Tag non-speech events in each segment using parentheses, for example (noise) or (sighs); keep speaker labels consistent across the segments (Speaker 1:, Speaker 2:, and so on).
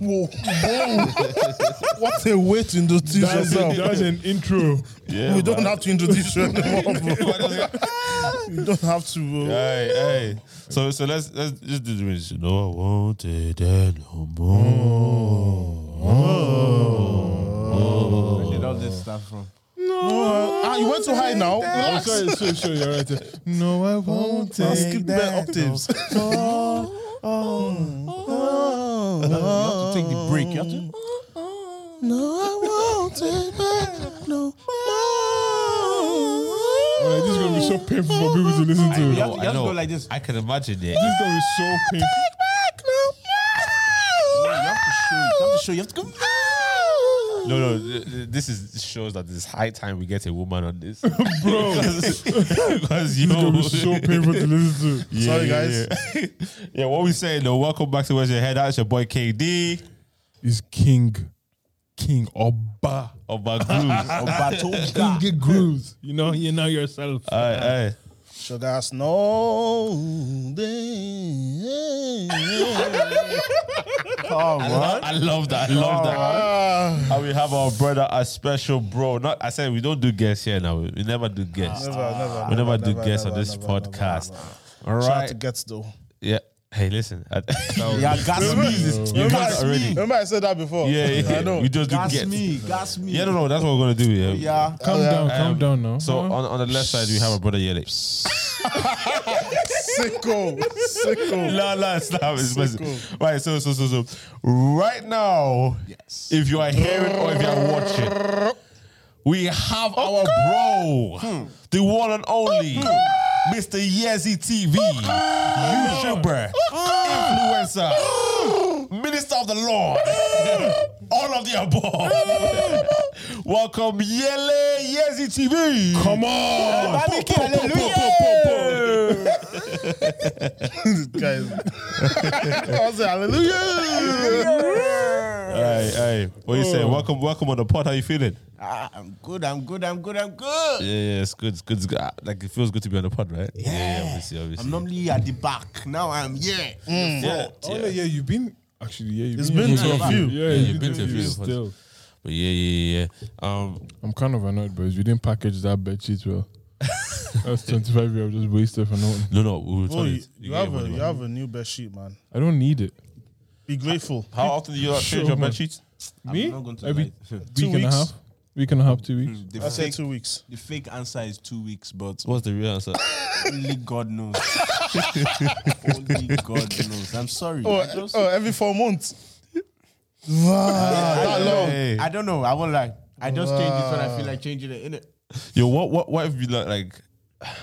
Speaker 1: Whoa, whoa. what a way to introduce
Speaker 2: That's,
Speaker 1: yourself.
Speaker 2: that's an intro.
Speaker 1: (laughs) we don't have to introduce you
Speaker 3: (laughs)
Speaker 1: anymore, bro. You don't have to, bro.
Speaker 3: Hey, hey. So, so let's let's just do the music. No, I want it no more.
Speaker 4: Did all this stuff from?
Speaker 1: Ah, you went too high now.
Speaker 2: Oh,
Speaker 1: Relax.
Speaker 2: sorry, sorry, sorry, you're right. No, I won't
Speaker 1: I
Speaker 2: take
Speaker 1: skipped bare
Speaker 2: that.
Speaker 1: octaves. (laughs)
Speaker 3: Oh,
Speaker 4: You have to take the break. You have
Speaker 1: Mm.
Speaker 4: to.
Speaker 2: All right, this is gonna be so painful for people to listen to.
Speaker 4: You have to, you have to
Speaker 3: know.
Speaker 4: go like this.
Speaker 3: I can imagine it.
Speaker 2: This is gonna be so painful.
Speaker 4: You have to show. You have to show. You have to go.
Speaker 3: No, no. th- th- This is this shows that it's high time we get a woman on (laughs) this,
Speaker 2: Bro, this
Speaker 3: Because
Speaker 2: is gonna
Speaker 3: yo, (laughs)
Speaker 2: be so painful to listen to.
Speaker 3: Yeah,
Speaker 1: Sorry,
Speaker 3: yeah,
Speaker 1: guys.
Speaker 3: Yeah. yeah, what we saying though? Welcome back to Where's Your Head? That's your boy KD
Speaker 2: It's King, King Oba.
Speaker 3: of my grooves.
Speaker 4: Or Batoga.
Speaker 2: King Grooves. You know, you know yourself.
Speaker 3: Aye, aye.
Speaker 1: Should I snow? day?
Speaker 4: Come on.
Speaker 3: I love that. I love that.
Speaker 1: Ah,
Speaker 3: And we have our brother, a special bro. Not I said we don't do guests here now. We we never do guests.
Speaker 1: never, never,
Speaker 3: we never, do
Speaker 1: never,
Speaker 3: guests on
Speaker 1: never,
Speaker 3: this
Speaker 1: never,
Speaker 3: podcast.
Speaker 1: never,
Speaker 3: All
Speaker 1: Shout out
Speaker 3: right.
Speaker 1: to Gets though.
Speaker 3: yeah. Hey, listen. I- (laughs)
Speaker 4: Yeah, gas me.
Speaker 3: You
Speaker 1: Remember
Speaker 3: got
Speaker 1: I-
Speaker 3: it already.
Speaker 1: Remember I said that before?
Speaker 3: Yeah, yeah.
Speaker 1: I know.
Speaker 3: We just do
Speaker 4: Gas
Speaker 3: guests.
Speaker 4: me. Gas me.
Speaker 3: Yeah, no, no. That's what we're gonna do. Yeah.
Speaker 4: Yeah.
Speaker 2: Calm down, Oh, calm
Speaker 3: Um,
Speaker 2: down now.
Speaker 3: So on, on the left side we have our brother Yele.
Speaker 1: Sicko. Sicko.
Speaker 3: La la stop. It's messy. Right, so so so so right now,
Speaker 4: Yes.
Speaker 3: if you are hearing or if you are watching, we have our bro, the one and only Mr. Yezzy TV, YouTuber, Hmm. influencer, Minister of the Lord, Hmm. all of the above. Welcome, Yele Yezzy TV. Hmm. Come on.
Speaker 4: Hallelujah.
Speaker 1: Guys. I was like, hallelujah.
Speaker 3: Hey, hey, what you saying? Welcome, welcome on the pod. How you feeling?
Speaker 4: Ah, I'm good. I'm good. I'm good. I'm good.
Speaker 3: Yeah, yeah, it's good. It's good. It's good. Ah, Like it feels good to be on the pod, right? Yeah, yeah obviously, obviously.
Speaker 4: I'm normally at the back. Now I'm here.
Speaker 3: yeah,
Speaker 2: Oh,
Speaker 3: yeah.
Speaker 2: yeah, you've been actually, yeah, you've
Speaker 1: It's been
Speaker 2: here.
Speaker 1: to a few.
Speaker 2: Yeah,
Speaker 3: you've
Speaker 2: you've
Speaker 3: been
Speaker 2: been
Speaker 3: to a few of us.
Speaker 2: Still,
Speaker 3: But yeah, yeah, yeah. Um,
Speaker 2: I'm kind of annoyed, boys. We didn't package that bed sheet (laughs) well. That's 25 years just wasted for nothing.
Speaker 3: no, no, we will
Speaker 1: Oh,
Speaker 3: tell
Speaker 1: you,
Speaker 3: it.
Speaker 1: you
Speaker 3: get
Speaker 1: have
Speaker 3: your
Speaker 1: a
Speaker 3: money
Speaker 1: you
Speaker 3: back.
Speaker 1: have a new best sheet, man.
Speaker 2: I don't need it.
Speaker 1: Be grateful.
Speaker 3: How often do you like, change
Speaker 2: Sure,
Speaker 3: your
Speaker 2: man.
Speaker 3: bed sheets?
Speaker 2: Me?
Speaker 4: I'm not going to
Speaker 2: Every
Speaker 4: lie.
Speaker 2: week and a
Speaker 1: weeks.
Speaker 2: half. Week and a half, two weeks.
Speaker 4: The
Speaker 1: I said
Speaker 4: fake,
Speaker 1: two weeks.
Speaker 4: the fake answer is two weeks, but
Speaker 3: What's the real (laughs) answer?
Speaker 4: only God
Speaker 3: (laughs)
Speaker 4: knows. only God knows. I'm sorry.
Speaker 1: Oh,
Speaker 4: I, just,
Speaker 1: oh, every four months. Wow, that long.
Speaker 3: Hey.
Speaker 4: I don't know. I won't lie. I just change it when I feel like changing it. Innit?
Speaker 3: Yo, what, what, what if you like, like? (sighs)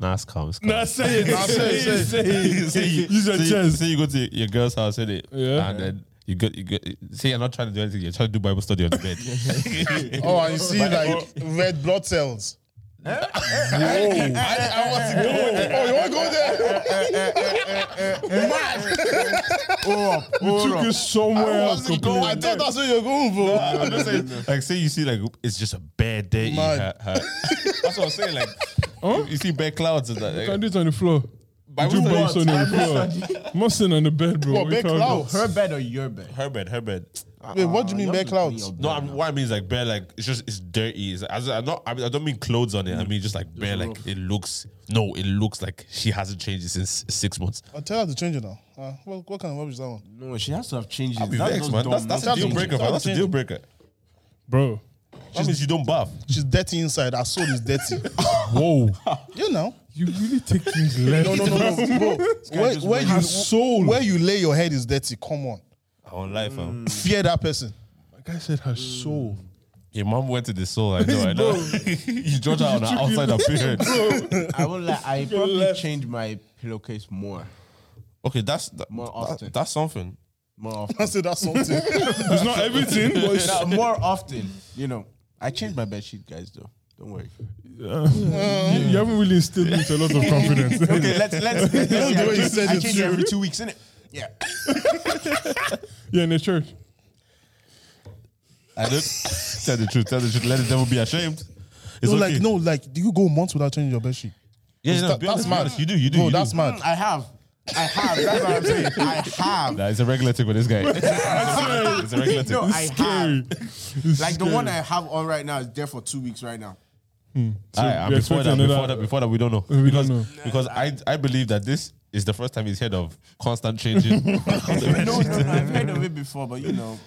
Speaker 3: Nah, it's calm. It's calm.
Speaker 2: say it.
Speaker 1: Nah, say it, say it.
Speaker 3: say, you,
Speaker 2: Use your
Speaker 3: say, you-
Speaker 2: chest.
Speaker 3: say you go to your girl's house, say it,
Speaker 2: Yeah.
Speaker 3: and then you go, you go. Say you're not trying to do anything. You're trying to do Bible study on the (laughs) bed.
Speaker 1: Oh, (laughs) and you see like red blood cells. (laughs) Whoa. Eh? I, I want to go. there.
Speaker 4: Oh,
Speaker 2: (laughs) You took it
Speaker 1: Oh,
Speaker 2: somewhere
Speaker 1: you
Speaker 2: else.
Speaker 1: want to go there? I
Speaker 2: completely.
Speaker 1: thought that's where you're going for.
Speaker 3: I'm just saying, like, say you see, like, it's just a bad day.
Speaker 1: Man.
Speaker 3: Ha- ha. That's what I'm saying. Like, you see bad clouds and that.
Speaker 2: You Can
Speaker 3: Like,
Speaker 2: do it on the floor.
Speaker 3: Bible
Speaker 2: Do
Speaker 3: study.
Speaker 2: Bible study on the floor. Mustn't on the bed, bro.
Speaker 1: What,
Speaker 2: We
Speaker 1: big
Speaker 2: can't go.
Speaker 1: clouds?
Speaker 4: her bed or your bed?
Speaker 3: Her bed, her bed.
Speaker 1: Wait, what do you mean
Speaker 4: Uh,
Speaker 1: bare
Speaker 4: have to clean
Speaker 1: clouds?
Speaker 4: your bed.
Speaker 3: No, I'm, what I mean is like bare, like it's just it's dirty. It's, I, am not, I, mean, I don't mean clothes on it. I mean just like bare, like it looks. No, it looks like she hasn't changed it since six months.
Speaker 1: I'll tell her to change it now. Uh, what, what kind of rubbish is that one?
Speaker 4: No, she has to have changed
Speaker 3: I'll
Speaker 4: it.
Speaker 3: be vexed, man. That's, that's a
Speaker 1: That's
Speaker 3: deal
Speaker 1: dumb.
Speaker 3: breaker.
Speaker 1: That's
Speaker 3: Man. That's a
Speaker 1: dumb.
Speaker 3: deal breaker.
Speaker 2: Bro.
Speaker 3: That means you don't bath.
Speaker 1: She's dirty inside. Her soul is dirty.
Speaker 2: Whoa.
Speaker 1: (laughs) you know.
Speaker 2: You really take (laughs) things left.
Speaker 1: No, no, no, no. Bro, where,
Speaker 4: just
Speaker 1: where
Speaker 4: went-
Speaker 1: you
Speaker 2: Her soul.
Speaker 1: where you lay your head is dirty. Come on,
Speaker 3: Our life, um,
Speaker 1: fear that person.
Speaker 2: Like I said, her soul.
Speaker 3: your mom went to the soul. I know, I know. (laughs) you judge her on her outside appearance.
Speaker 4: I won't lie.
Speaker 3: (laughs)
Speaker 4: I probably
Speaker 2: left.
Speaker 4: change my pillowcase more,
Speaker 3: Okay, that's that,
Speaker 4: More
Speaker 3: that-
Speaker 4: often.
Speaker 3: that's something.
Speaker 4: more
Speaker 1: (laughs) I
Speaker 4: often.
Speaker 1: said that's (laughs) something.
Speaker 2: It's not everything, but it's
Speaker 4: (laughs) No, more often, you know. I change my bed sheet, guys. Though, don't worry.
Speaker 2: You, you haven't really instilled me with a lot of confidence. (laughs)
Speaker 4: Okay, let's (laughs) let's. let's
Speaker 1: the
Speaker 4: I
Speaker 1: way you
Speaker 4: change-
Speaker 1: said
Speaker 4: I
Speaker 1: it,
Speaker 4: change it every two weeks, innit? Yeah. (clears throat)
Speaker 2: You're in the church.
Speaker 3: I don't (laughs) tell the truth. Tell the truth. Let the devil be ashamed. It's
Speaker 1: no,
Speaker 3: okay.
Speaker 1: like no, like do you go months without changing your bed sheet?
Speaker 3: yeah, no,
Speaker 1: that-
Speaker 3: be honest,
Speaker 1: that's
Speaker 3: be
Speaker 1: mad.
Speaker 3: honest. You do. You do.
Speaker 1: Bro, (laughs)
Speaker 3: you do.
Speaker 1: that's mad.
Speaker 4: I have. I have. That's what I'm saying. I (laughs) have.
Speaker 3: Nah, it's a regular thing with this
Speaker 2: (laughs)
Speaker 3: guy. it's a regular
Speaker 4: (laughs)
Speaker 3: thing.
Speaker 4: No, I
Speaker 2: Scary.
Speaker 4: have. Like the one I have on right now is there for two weeks right (laughs) now.
Speaker 3: Aye, and
Speaker 2: we
Speaker 3: before
Speaker 2: expect
Speaker 3: that,
Speaker 2: another-
Speaker 3: before that, before that, we don't know.
Speaker 2: don't
Speaker 3: because
Speaker 2: know.
Speaker 3: because I I believe that this is the first time he's heard of constant changing.
Speaker 2: (laughs)
Speaker 3: (laughs)
Speaker 4: No, no, no, I've heard of it before, but you know,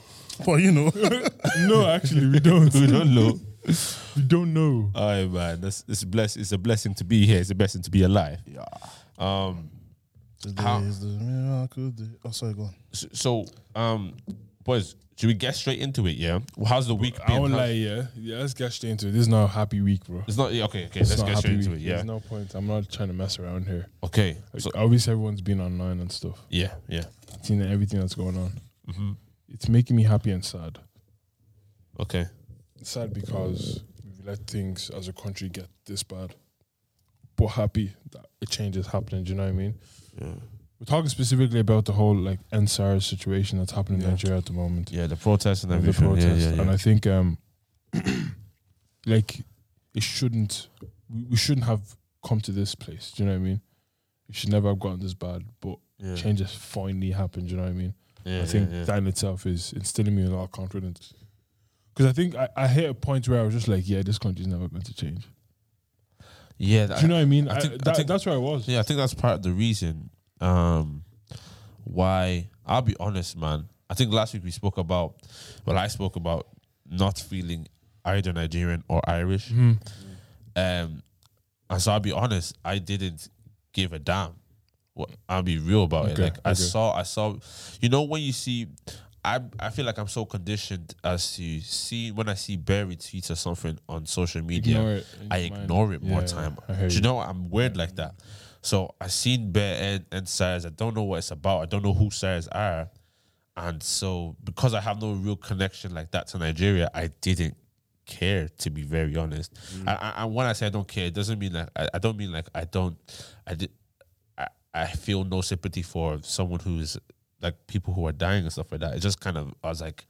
Speaker 1: But you know,
Speaker 2: (laughs) no, actually, we don't.
Speaker 3: (laughs) we don't know.
Speaker 2: We don't know.
Speaker 3: All right, man. That's it's bless. It's a blessing to be here. It's a blessing to be alive. Yeah. Um.
Speaker 1: today
Speaker 3: How-
Speaker 1: is the miracle day. Oh, sorry, go on.
Speaker 3: s- So, um, boys, should we get straight into it? Yeah. How's the week been?
Speaker 2: I won't
Speaker 3: How's-
Speaker 2: lie, yeah. Yeah, let's get straight into it. This is not a happy week, bro.
Speaker 3: It's not yeah, okay. Okay,
Speaker 2: It's
Speaker 3: let's
Speaker 2: not
Speaker 3: get
Speaker 2: a
Speaker 3: straight
Speaker 2: happy
Speaker 3: into it.
Speaker 2: week.
Speaker 3: Yeah.
Speaker 2: There's no point. I'm not trying to mess around here.
Speaker 3: Okay. So
Speaker 2: Obviously, everyone's been online and stuff.
Speaker 3: yeah, yeah.
Speaker 2: Seeing everything that's going on.
Speaker 3: Mm-hmm.
Speaker 2: It's making me happy and sad.
Speaker 3: Okay.
Speaker 2: Sad because we've let things as a country get this bad, but happy that a change is happening. Do you know what I mean?
Speaker 3: Yeah.
Speaker 2: We're talking specifically about the whole like NSAR situation that's happening
Speaker 3: Yeah.
Speaker 2: in Nigeria at the moment.
Speaker 3: Yeah, the protest and
Speaker 2: of the
Speaker 3: everything.
Speaker 2: protest.
Speaker 3: Yeah, yeah,
Speaker 2: And
Speaker 3: yeah.
Speaker 2: I think um (clears throat) like it shouldn't we we shouldn't have come to this place. Do you know what I mean? It should never have gotten this bad, but
Speaker 3: yeah.
Speaker 2: change has finally happened. Do you know what I mean?
Speaker 3: Yeah,
Speaker 2: I think
Speaker 3: yeah, yeah.
Speaker 2: that in itself is instilling me a lot of confidence. Because I think I, I hit a point where I was just like, yeah, this country's never going to change.
Speaker 3: yeah
Speaker 2: Do
Speaker 3: that-
Speaker 2: you know what I mean?
Speaker 3: I
Speaker 2: I
Speaker 3: think- I
Speaker 2: that,
Speaker 3: think-
Speaker 2: that's where I was.
Speaker 3: Yeah, I think that's part of the reason um, why I'll be honest, man. I think last week we spoke about, well, I spoke about not feeling either Nigerian or Irish.
Speaker 2: Mm-hmm.
Speaker 3: Um, and so I'll be honest, I didn't give a damn. Well, I'll be real about it.
Speaker 2: Okay,
Speaker 3: Like I
Speaker 2: okay.
Speaker 3: saw, I saw, you know, when you see, I I feel like I'm so conditioned as to see when I see Barry tweets or something on social media,
Speaker 2: Ignore it in
Speaker 3: I
Speaker 2: your mind.
Speaker 3: ignore it more
Speaker 2: Yeah,
Speaker 3: time.
Speaker 2: I
Speaker 3: Do
Speaker 2: hear
Speaker 3: you
Speaker 2: you.
Speaker 3: know I'm weird like that? So I seen Bear and, and Sires. I don't know what it's about. I don't know who Sires are. And so because I have no real connection like that to Nigeria, I didn't care to be very honest.
Speaker 2: Mm.
Speaker 3: And I, and when I say I don't care, it doesn't mean like I, I don't mean like I don't I did I, I feel no sympathy for someone who is like people who are dying and stuff like that. It's just kind of I was like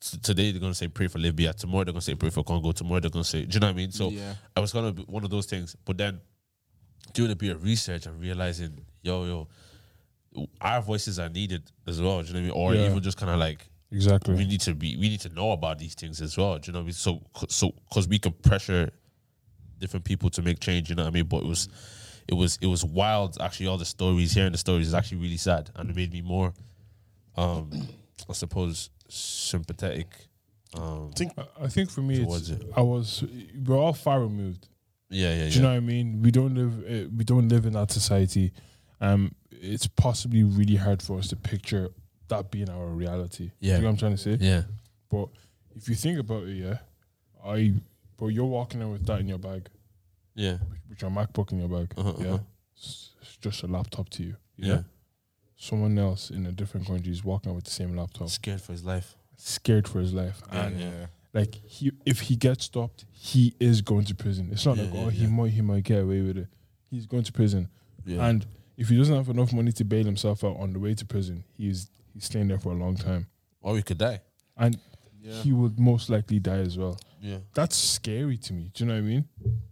Speaker 3: t- today they're gonna say pray for Libya, tomorrow they're gonna say pray for Congo, tomorrow they're gonna say do you know what I mean? So
Speaker 4: Yeah.
Speaker 3: I was gonna be one of those things. But then doing a bit of research and realizing, yo, yo, our voices are needed as well. Do you know what I mean? Or
Speaker 2: Yeah.
Speaker 3: even just kind of like
Speaker 2: Exactly.
Speaker 3: we need to be we need to know about these things as well. Do you know what I mean? So so because we can pressure different people to make change. You know what I mean? But it was it was it was wild. Actually, all the stories hearing the stories is actually really sad, and it made me more, um, I suppose, sympathetic. Um,
Speaker 2: I- I think for me,
Speaker 3: Towards
Speaker 2: it's,
Speaker 3: it.
Speaker 2: I was we're all far removed.
Speaker 3: yeah, yeah, yeah.
Speaker 2: Do you know what I mean? We don't live uh, we don't live in that society. Um, it's possibly really hard for us to picture that being our reality.
Speaker 3: Yeah.
Speaker 2: you know what I'm trying to say.
Speaker 3: yeah,
Speaker 2: But if you think about it, yeah, I but you're walking in with that in your bag,
Speaker 3: yeah,
Speaker 2: with your MacBook in your bag.
Speaker 3: Uh-huh,
Speaker 2: yeah,
Speaker 3: uh-huh.
Speaker 2: It's, it's just a laptop to you. Yeah?
Speaker 3: yeah.
Speaker 2: someone else in a different country is walking with the same laptop,
Speaker 3: Scared for his life.
Speaker 2: scared for his life,
Speaker 3: Yeah,
Speaker 2: and
Speaker 3: yeah.
Speaker 2: like he, if he gets stopped, he is going to prison. It's not
Speaker 3: Yeah,
Speaker 2: like
Speaker 3: yeah,
Speaker 2: oh he
Speaker 3: yeah.
Speaker 2: might he might get away with it. He's going to prison,
Speaker 3: Yeah.
Speaker 2: and if he doesn't have enough money to bail himself out on the way to prison, he's he's staying there for a long time,
Speaker 3: or we could die.
Speaker 2: and
Speaker 4: Yeah.
Speaker 2: he would most likely die as well.
Speaker 3: Yeah.
Speaker 2: That's scary to me. Do you know what I mean?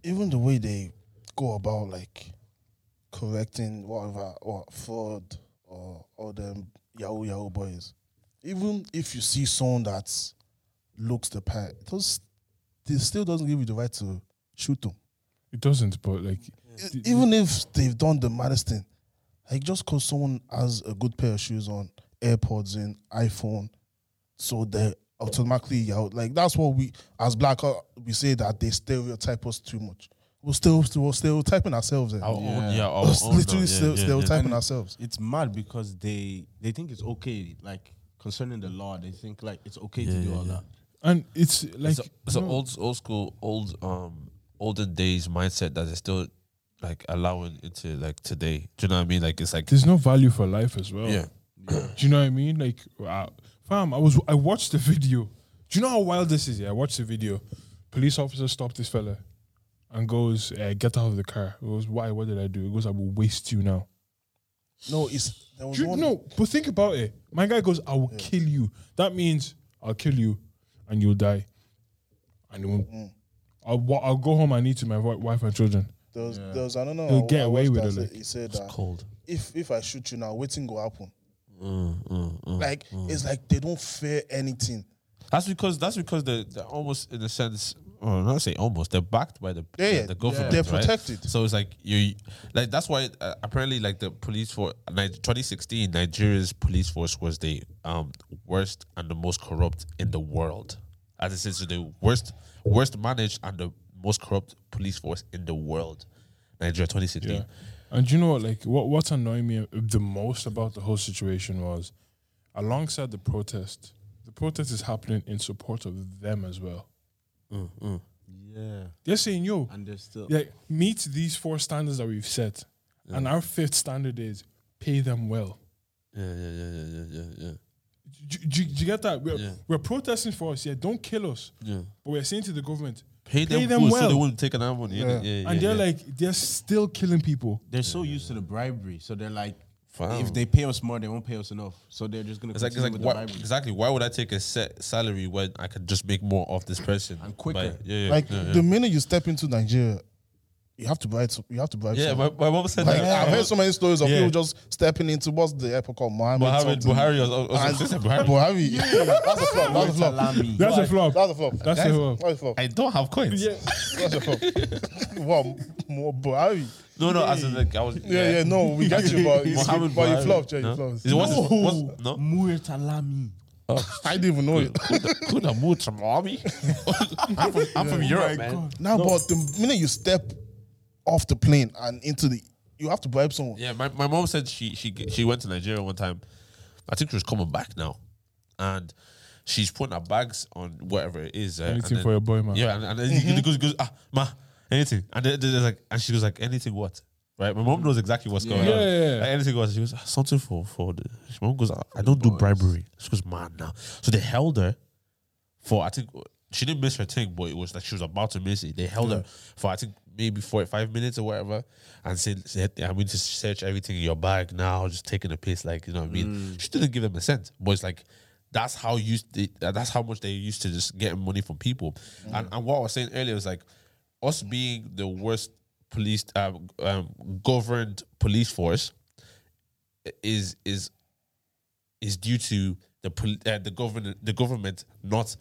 Speaker 1: Even the way they go about like correcting whatever or fraud or all them yahoo yahoo boys. Even if you see someone that looks the part, it does- it still doesn't give you the right to shoot them.
Speaker 2: It doesn't, but like
Speaker 1: E- even if they've done the maddest thing, like just because someone has a good pair of shoes on, AirPods in, iPhone, so they automatically out. Like that's what we as black uh, we say that they stereotype us too much. We're still we're stereotyping ourselves. eh.
Speaker 3: Our yeah. own,
Speaker 4: Yeah.
Speaker 3: yeah,
Speaker 2: (laughs)
Speaker 3: our
Speaker 1: We're
Speaker 3: own,
Speaker 1: literally
Speaker 3: yeah,
Speaker 1: stereo-
Speaker 3: yeah, yeah.
Speaker 1: stereotyping
Speaker 4: And-
Speaker 1: ourselves.
Speaker 4: it's mad because they they think it's okay. Like concerning the law, they think like it's okay to do all that.
Speaker 2: and it's like
Speaker 3: it's, a, it's an
Speaker 2: no,
Speaker 3: old old school old um olden days mindset that is still like allowing into like today. Do you know what I mean? Like it's like
Speaker 2: there's no value for life as well.
Speaker 3: yeah,
Speaker 2: Do you know what I mean? Like, uh, fam, I was I watched the video. Do you know how wild this is? Yeah, I watched the video. Police officer stopped this fella and goes, uh, "Get out of the car." He goes, "Why? What did I do?" He goes, "I will waste you now."
Speaker 1: No, it's there was
Speaker 2: Do you,
Speaker 1: one.
Speaker 2: no, but think about it. My guy goes, "I will kill you." That means I'll kill you, and you'll die. And you won't- I'll, wa- I'll go home and eat with my wi- wife and children.
Speaker 1: There was, there was, I don't know.
Speaker 2: He'll
Speaker 1: I-
Speaker 2: get
Speaker 1: I
Speaker 2: away
Speaker 1: watched
Speaker 2: with
Speaker 1: that,
Speaker 2: it,
Speaker 1: He said that
Speaker 3: cold.
Speaker 1: if if I shoot you now, waiting go happen.
Speaker 3: Mm, mm, mm.
Speaker 1: Like it's like they don't fear anything.
Speaker 3: That's because that's because they're, they're almost in a sense. Well, not say almost. They're backed by the
Speaker 1: Yeah,
Speaker 3: the-
Speaker 1: yeah.
Speaker 3: the government.
Speaker 1: They're
Speaker 3: right?
Speaker 1: protected.
Speaker 3: So it's like you, like that's why uh, apparently like the police for 2016 Nigeria's police force was the um worst and the most corrupt in the world. As it says, the worst worst managed and the most corrupt police force in the world. Nigeria 2016.
Speaker 2: Yeah. And you know what, like what what's annoying me the most about the whole situation was alongside the protest, the protest is happening in support of them as well.
Speaker 3: Mm, mm.
Speaker 4: Yeah,
Speaker 2: They're saying, yo,
Speaker 4: and they're still.
Speaker 2: like meet these four standards that we've set. And our fifth standard is pay them well.
Speaker 3: yeah, yeah, yeah, yeah, yeah, yeah, yeah.
Speaker 2: Do, do- do you get that? We're,
Speaker 3: Yeah.
Speaker 2: we're protesting for us, yeah. Don't kill us.
Speaker 3: Yeah.
Speaker 2: But we're saying to the government,
Speaker 3: Pay, them,
Speaker 2: them
Speaker 3: good so
Speaker 2: well.
Speaker 3: they wouldn't take an arm on you.
Speaker 1: Yeah.
Speaker 3: Yeah, yeah,
Speaker 2: and they're
Speaker 3: yeah.
Speaker 2: like, they're still killing people.
Speaker 4: They're so used to the bribery, so they're like,
Speaker 3: Wow.
Speaker 4: if they pay us more, they won't pay us enough. So they're just gonna
Speaker 3: It's like, it's
Speaker 4: continue
Speaker 3: like
Speaker 4: with
Speaker 3: why,
Speaker 4: the bribery.
Speaker 3: exactly why would I take a set salary when I could just make more off this person
Speaker 4: And quicker.
Speaker 3: By- yeah, yeah,
Speaker 1: Like
Speaker 3: yeah, yeah.
Speaker 1: the minute you step into Nigeria, you have to bribe. some- You have to bribe.
Speaker 3: Yeah,
Speaker 1: someone.
Speaker 3: my, my mom said
Speaker 1: Like,
Speaker 3: that.
Speaker 1: I've heard so many stories of
Speaker 3: Yeah.
Speaker 1: people just stepping into what's the airport called Mohammed.
Speaker 3: Buhari,
Speaker 1: something.
Speaker 3: Buhari was, was,
Speaker 1: And-
Speaker 3: was was- Buhari.
Speaker 1: Buhari. (laughs) That's a flop. That's a flop.
Speaker 4: Salami.
Speaker 2: That's a
Speaker 3: Why?
Speaker 2: flop.
Speaker 1: That's a flop.
Speaker 2: That's a flop.
Speaker 1: That's a flop.
Speaker 3: I don't have coins.
Speaker 2: Yeah.
Speaker 1: That's a flop. (laughs) Wow, more Buhari.
Speaker 3: No, no, as in like I was.
Speaker 1: Yeah, yeah, no, we got you, but, it's, but
Speaker 3: Mohammed
Speaker 1: you
Speaker 3: Buhari.
Speaker 1: flopped, yeah, you
Speaker 3: No.
Speaker 1: flopped.
Speaker 3: Is it- what's
Speaker 1: No.
Speaker 3: his- what's- no?
Speaker 4: Muertalami.
Speaker 1: I didn't even know it.
Speaker 3: Kuna Mutra, mommy. I'm from, I'm from Europe, man.
Speaker 1: Now, but the minute you step off the plane and into the, you have to bribe someone.
Speaker 3: Yeah, my, my mom said she she she went to Nigeria one time. I think she was coming back now, and she's putting her bags on whatever it is. Uh, and
Speaker 2: Anything for your boy, man.
Speaker 3: Yeah, and, and then he goes, goes ah ma anything, and then, there's like and she goes like anything what. Right, my mom knows exactly what's going on.
Speaker 2: Yeah, yeah, yeah.
Speaker 3: Like, anything goes. She goes "Ah, something for for. The, my mom goes. "Ah, "I- I don't do bribery. She goes mad now. So they held her for I think she didn't miss her thing, but it was like she was about to miss it. They held her for I think maybe forty-five minutes or whatever, and said, said "I mean to search everything in your bag now, just taking a piss." Like you know what I mean? She didn't give them a cent, but it's like that's how used they, uh, that's how much they used to just getting money from people. And, and what I was saying earlier was like us being the worst police um, um, governed police force is is is due to the pol- uh, the government the government not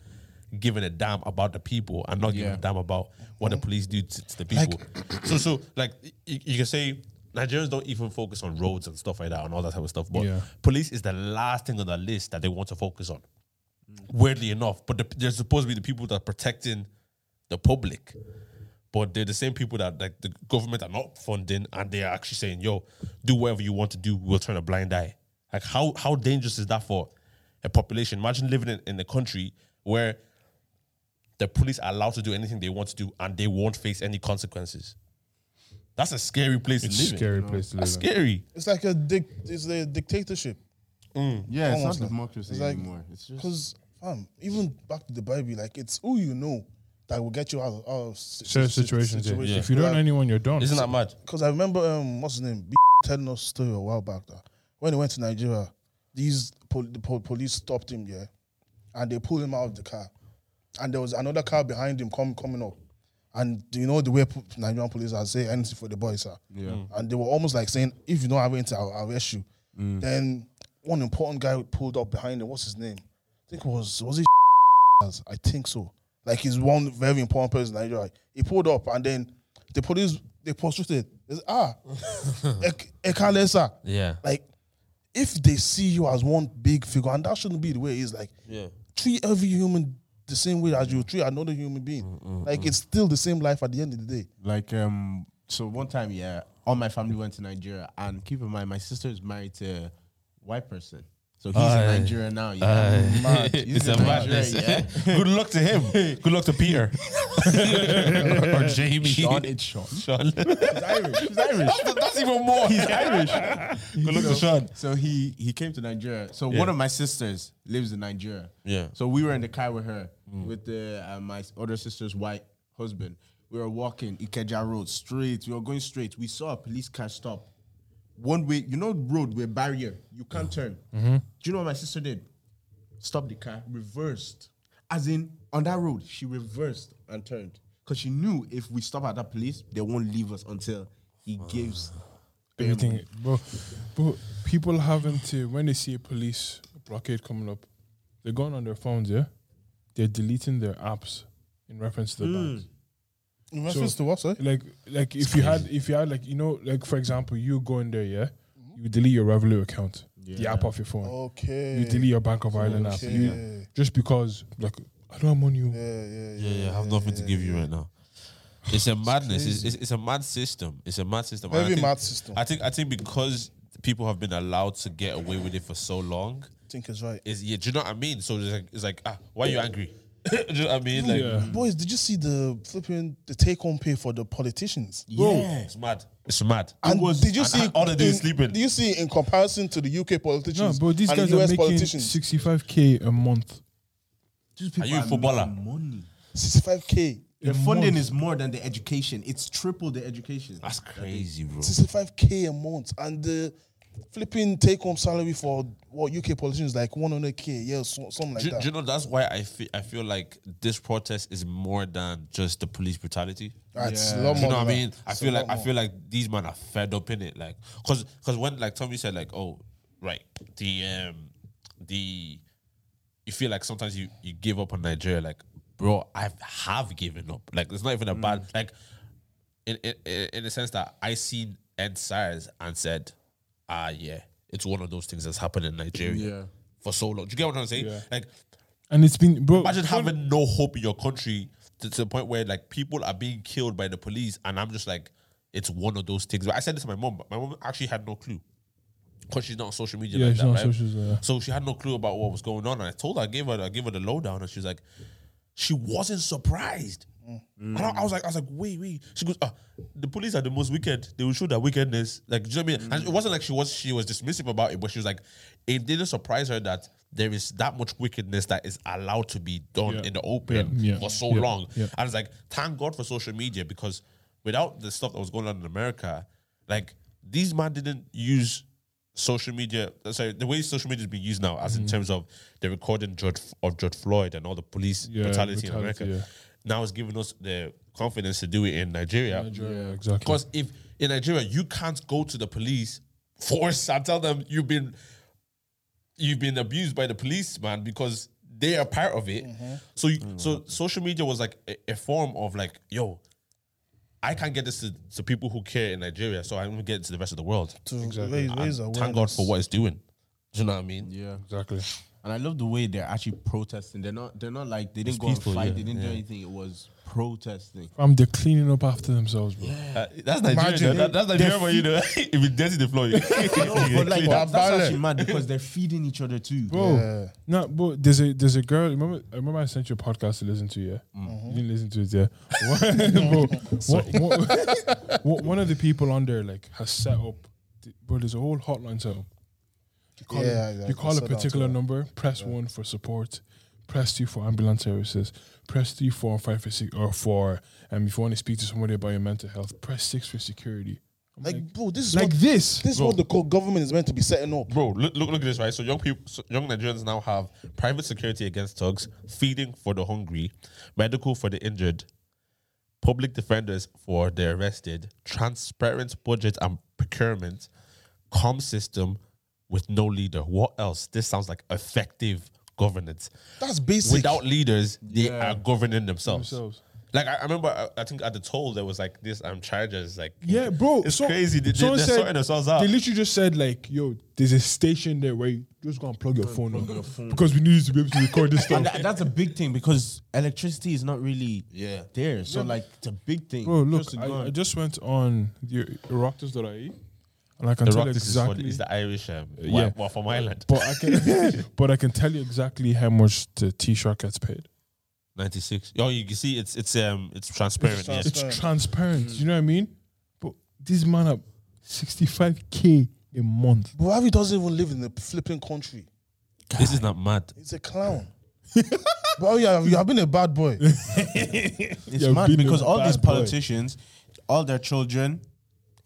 Speaker 3: giving a damn about the people and not giving a
Speaker 4: Yeah.
Speaker 3: damn about what the police do to, to the people. (clears throat) so so like you, you can say Nigerians don't even focus on roads and stuff like that and all that type of stuff, but
Speaker 2: Yeah.
Speaker 3: police is the last thing on the list that they want to focus on. Weirdly enough, but the, they're supposed to be the people that are protecting the public but they're the same people that like the government are not funding and they are actually saying, "Yo, do whatever you want to do. We'll turn a blind eye." Like how how dangerous is that for a population? Imagine living in, in a country where the police are allowed to do anything they want to do and they won't face any consequences. That's a scary place
Speaker 2: It's
Speaker 3: to live.
Speaker 2: a
Speaker 3: in.
Speaker 2: scary place to live.
Speaker 3: That's
Speaker 2: in.
Speaker 3: scary.
Speaker 1: It's like a dic- it's a dictatorship.
Speaker 4: Yeah, it's
Speaker 1: Almost
Speaker 4: not
Speaker 1: like-
Speaker 4: democracy
Speaker 1: it's like-
Speaker 4: anymore. It's just
Speaker 1: Because, fam, um, even back to the Bible, like, it's who you know that will get you out of, out of si-
Speaker 2: Certain
Speaker 1: si-
Speaker 2: situations. yeah. If you don't know anyone, you're done.
Speaker 3: Isn't that mad?
Speaker 1: Because I remember, um, what's his name? B- telling us a story a while back that when he went to Nigeria, these pol- the pol- police stopped him, yeah, and they pulled him out of the car, and there was another car behind him com- coming up, and do you know the way po- Nigerian police are saying anything for the boys, sir?
Speaker 4: Yeah. Mm.
Speaker 1: and they were almost like saying, if you don't have anything, I'll I'll arrest you. Then one important guy pulled up behind him. What's his name? I think it was was it as- I think so. Like he's one very important person in Nigeria. He pulled up and then the police they prostrated. They said,
Speaker 3: (laughs)
Speaker 1: ah, Ek- Ekalesa.
Speaker 3: Yeah.
Speaker 1: Like if they see you as one big figure, and that shouldn't be the way it is. Like
Speaker 3: Yeah.
Speaker 1: treat every human the same way as you treat another human being.
Speaker 3: Mm,
Speaker 1: like it's still the same life at the end of the day.
Speaker 4: like um. So one time, yeah, all my family went to Nigeria, and keep in mind, my sister is married to a white person, so he's
Speaker 3: Aye.
Speaker 4: in Nigeria now. Yeah, Mad.
Speaker 3: (laughs)
Speaker 4: He's
Speaker 3: (laughs) It's
Speaker 4: in Nigeria,
Speaker 3: a madness. (laughs)
Speaker 4: yeah.
Speaker 3: Good luck to him. Good luck to Peter (laughs) or Jamie.
Speaker 4: Sean, it's Sean.
Speaker 3: Sean.
Speaker 4: He's Irish. He's Irish.
Speaker 3: That's, that's even more.
Speaker 4: He's Irish.
Speaker 3: Good luck to Sean.
Speaker 4: So he he came to Nigeria. So one of my sisters lives in Nigeria.
Speaker 3: Yeah. Mm.
Speaker 4: So we were in the car with her, with the uh, my other sister's white husband. We were walking Ikeja Road straight. We were going straight. We saw a police car stop. One way, you know, road where barrier you can't
Speaker 3: Mm-hmm.
Speaker 4: turn. Do you know what my sister did? Stopped the car, reversed. As in on that road, she reversed and turned. because she knew if we stop at that place, they won't leave us until he gives.
Speaker 2: everything. But, but people having to when they see a police blockade coming up, they're going on their phones. Yeah, they're deleting their apps in reference to the
Speaker 3: Hmm.
Speaker 2: bank.
Speaker 1: In reference to what, sorry?
Speaker 2: Like like if you had if you had like you know like for example you go in there yeah, you delete your Revolut account, the app off your phone.
Speaker 1: Oh, Okay.
Speaker 2: You delete your Bank of Ireland app
Speaker 1: Okay.
Speaker 2: you, just because like I don't have money. oh.
Speaker 1: Yeah, yeah, yeah.
Speaker 3: Yeah, yeah, I have nothing to give you right now. It's a madness. It's, it's, it's a mad system. It's a mad system. And I
Speaker 1: Very
Speaker 3: think-
Speaker 1: mad system.
Speaker 3: I think I think because people have been allowed to get away with it for so long.
Speaker 1: think it's right.
Speaker 3: Is yeah, do you know what I mean? So it's like, it's like ah, why are you angry? (laughs) do you know what I mean? Like,
Speaker 2: Yeah.
Speaker 1: Boys, did you see the flipping the take home pay for the politicians?
Speaker 3: bro, it's mad. It's mad.
Speaker 1: And
Speaker 3: It was-
Speaker 1: did you
Speaker 3: and-
Speaker 1: see
Speaker 3: and all they do
Speaker 1: in-
Speaker 3: is sleeping?
Speaker 1: Did you see in comparison to the UK
Speaker 2: No,
Speaker 1: politicians
Speaker 2: but these
Speaker 1: and
Speaker 2: guys
Speaker 1: US
Speaker 2: are making
Speaker 1: politicians?
Speaker 2: sixty five k a month.
Speaker 4: These people
Speaker 3: you a footballer?
Speaker 4: making Money.
Speaker 1: 65k,
Speaker 4: The
Speaker 2: A
Speaker 4: funding
Speaker 2: month.
Speaker 4: is more than the education. It's triple the education.
Speaker 3: That's crazy, bro.
Speaker 1: 65k a month, and the flipping take home salary for what UK politicians like 100k, yeah, so, something like
Speaker 3: Do,
Speaker 1: that.
Speaker 3: do you know that's why I feel I feel like this protest is more than just the police brutality.
Speaker 1: That's
Speaker 4: Yeah.
Speaker 1: a lot
Speaker 3: Do
Speaker 1: more
Speaker 3: you know what
Speaker 1: than
Speaker 3: I mean?
Speaker 1: that.
Speaker 3: I
Speaker 1: It's a
Speaker 3: feel like
Speaker 1: lot
Speaker 3: I
Speaker 1: more.
Speaker 3: feel like these men are fed up in it, like because because when like Tommy said, like oh right the um the you feel like sometimes you you give up on Nigeria, like bro I have given up, like it's not
Speaker 1: Mm.
Speaker 3: even a bad like in in in the sense that I seen Ed Sars and said ah yeah it's one of those things that's happened in Nigeria
Speaker 4: Yeah.
Speaker 3: for so long. Do you get what I'm saying?
Speaker 2: Yeah.
Speaker 3: Like
Speaker 2: And it's been bro.
Speaker 3: Imagine having no hope in your country to, to the point where like people are being killed by the police, and I'm just like, it's one of those things. But I said this to my mom. but My mom actually had no clue because she's not on social media.
Speaker 2: Yeah,
Speaker 3: like
Speaker 2: she's
Speaker 3: that,
Speaker 2: not on
Speaker 3: right?
Speaker 2: socials, yeah.
Speaker 3: So she had no clue about what was going on. And I told her, I gave her, I gave her the lowdown, and she was like, she wasn't surprised.
Speaker 2: Mm.
Speaker 3: And I, I was like, I was like, wait, wait. She goes, ah, the police are the most wicked. They will show their wickedness. Like, do you know what I mean?
Speaker 2: Mm.
Speaker 3: And it wasn't like she was she was dismissive about it, but she was like, it didn't surprise her that there is that much wickedness that is allowed to be done
Speaker 2: Yeah.
Speaker 3: in the open
Speaker 2: Yeah. Yeah.
Speaker 3: for so
Speaker 2: Yeah.
Speaker 3: long.
Speaker 2: Yeah.
Speaker 3: And it's like, thank God for social media because without the stuff that was going on in America, like these man didn't use social media. Sorry, the way social media is being used now, as
Speaker 2: Mm-hmm.
Speaker 3: in terms of the recording George, of George Floyd and all the police
Speaker 2: Yeah,
Speaker 3: brutality,
Speaker 2: brutality,
Speaker 3: in America, now it's giving us the confidence to do it in Nigeria.
Speaker 2: Nigeria, exactly.
Speaker 3: Because if in Nigeria you can't go to the police force and tell them you've been you've been abused by the police, man, because they are part of it.
Speaker 4: Mm-hmm.
Speaker 3: So you, so social media was like a, a form of like, yo, I can't get this to, to people who care in Nigeria, so I'm gonna get it to the rest of the world.
Speaker 1: to raise, raise
Speaker 3: And
Speaker 1: awareness.
Speaker 3: thank God for what it's doing. Do you know what I mean?
Speaker 4: yeah.
Speaker 2: exactly.
Speaker 4: And I love the way they're actually protesting. They're not. They're not like they didn't go
Speaker 3: peaceful,
Speaker 4: and fight.
Speaker 3: yeah,
Speaker 4: they didn't
Speaker 3: yeah.
Speaker 4: do anything. It was (laughs) protesting.
Speaker 2: Fam, they're cleaning up after themselves, bro.
Speaker 3: Uh, that's Nigeria.
Speaker 1: Imagine-
Speaker 3: that- that's Nigeria for you know. (laughs) if you dirty the
Speaker 4: (laughs)
Speaker 3: floor, you
Speaker 4: but
Speaker 3: (laughs)
Speaker 4: like that, that's
Speaker 1: Bale.
Speaker 4: actually mad because they're feeding each other too.
Speaker 2: Bro, no, bro. There's a there's a girl. Remember, I remember I sent you a podcast to listen to. Yeah,
Speaker 1: Mm.
Speaker 2: you didn't listen to it. Yeah, (laughs) One-
Speaker 1: (laughs)
Speaker 2: bro. One, one- one of the people on there like has set up. Bro, there's a whole hotline set up. You call,
Speaker 1: Yeah,
Speaker 2: a,
Speaker 1: yeah,
Speaker 2: you call
Speaker 1: I
Speaker 2: a
Speaker 1: saw that
Speaker 2: particular
Speaker 1: too.
Speaker 2: number. Press one for support. Press two for ambulance services. Press three, four, five for six, or four. And if you want to speak to somebody about your mental health, press six for security. I'm like,
Speaker 1: Like, bro, this is
Speaker 2: like
Speaker 1: what,
Speaker 2: this.
Speaker 1: this is what the co- government is meant to be setting up.
Speaker 3: bro look, look look at this right so young people so young nigerians now have private security against thugs feeding for the hungry medical for the injured public defenders for the arrested transparent budget and procurement com system with no leader what else this sounds like effective governance
Speaker 1: That's basic.
Speaker 3: without leaders they are governing themselves,
Speaker 2: Themselves.
Speaker 3: Like I, I remember, I, I think at the toll there was like this. um, charges like
Speaker 2: Yeah, bro.
Speaker 3: It's
Speaker 2: so-
Speaker 3: crazy. They, they,
Speaker 2: someone
Speaker 3: they're sorting themselves out.
Speaker 2: They literally just said like, "Yo, there's a station there where you just go and plug your phone on because we need you to be able to record (laughs) this
Speaker 4: And
Speaker 2: stuff."
Speaker 4: tha- that's a big thing because electricity is not really
Speaker 3: Yeah.
Speaker 4: there. So like it's a big thing.
Speaker 2: Bro, look,
Speaker 4: Just to go
Speaker 2: I, I
Speaker 4: and-
Speaker 2: just went on the Eroctus.ie and I can
Speaker 3: the
Speaker 2: tell
Speaker 3: rock
Speaker 2: you
Speaker 3: this is for-
Speaker 2: exactly.
Speaker 3: is the Irish, um,
Speaker 2: Yeah.
Speaker 3: yeah, well, from Ireland.
Speaker 2: but I
Speaker 3: (laughs)
Speaker 2: can, (laughs) but I can tell you exactly how much the T-shirt gets paid.
Speaker 3: 96. Oh, you can see it's it's um it's transparent.
Speaker 1: It's
Speaker 3: yeah.
Speaker 1: trans-
Speaker 2: It's
Speaker 1: Fair.
Speaker 2: transparent. You know what I mean? But this man up sixty-five k a month.
Speaker 1: Buhari doesn't even live in the flipping country.
Speaker 3: This is not mad.
Speaker 1: He's a clown. Bro, you have, you have been a bad boy.
Speaker 4: It's
Speaker 2: You've
Speaker 4: mad
Speaker 2: been a
Speaker 4: because all
Speaker 2: bad
Speaker 4: these
Speaker 2: boy.
Speaker 4: politicians, all their children,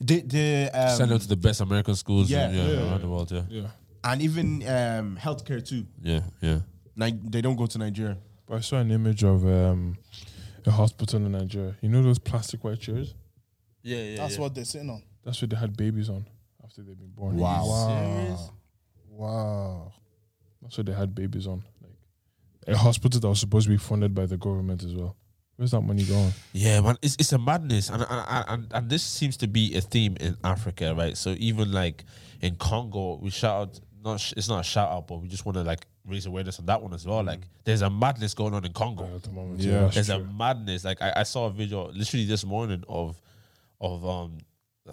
Speaker 4: they, they um,
Speaker 3: Send them to the best American schools
Speaker 4: Yeah.
Speaker 3: yeah, yeah, around the world. Yeah, yeah,
Speaker 2: Yeah,
Speaker 4: and even um, healthcare too.
Speaker 3: yeah.
Speaker 4: Ni- they don't go to Nigeria.
Speaker 2: but I saw an image of um, the hospital in Nigeria. You know those plastic white chairs?
Speaker 4: Yeah, yeah.
Speaker 1: That's what they're sitting on.
Speaker 2: That's what they had babies on after they've been born.
Speaker 1: Wow. Wow.
Speaker 2: That's what they had babies on. Like a hospital that was supposed to be funded by the government as well. Where's that money going?
Speaker 3: Yeah, man, it's, it's a madness, and, and and and this seems to be a theme in Africa, right? So even like in Congo, we shout out. Not sh- it's not a shout out, but we just want to like raise awareness on that one as well. Like there's a madness going on in Congo.
Speaker 2: At the moment,
Speaker 3: Yeah,
Speaker 2: that's
Speaker 3: there's a
Speaker 2: true.
Speaker 3: madness. Like I, I saw a video literally this morning of of um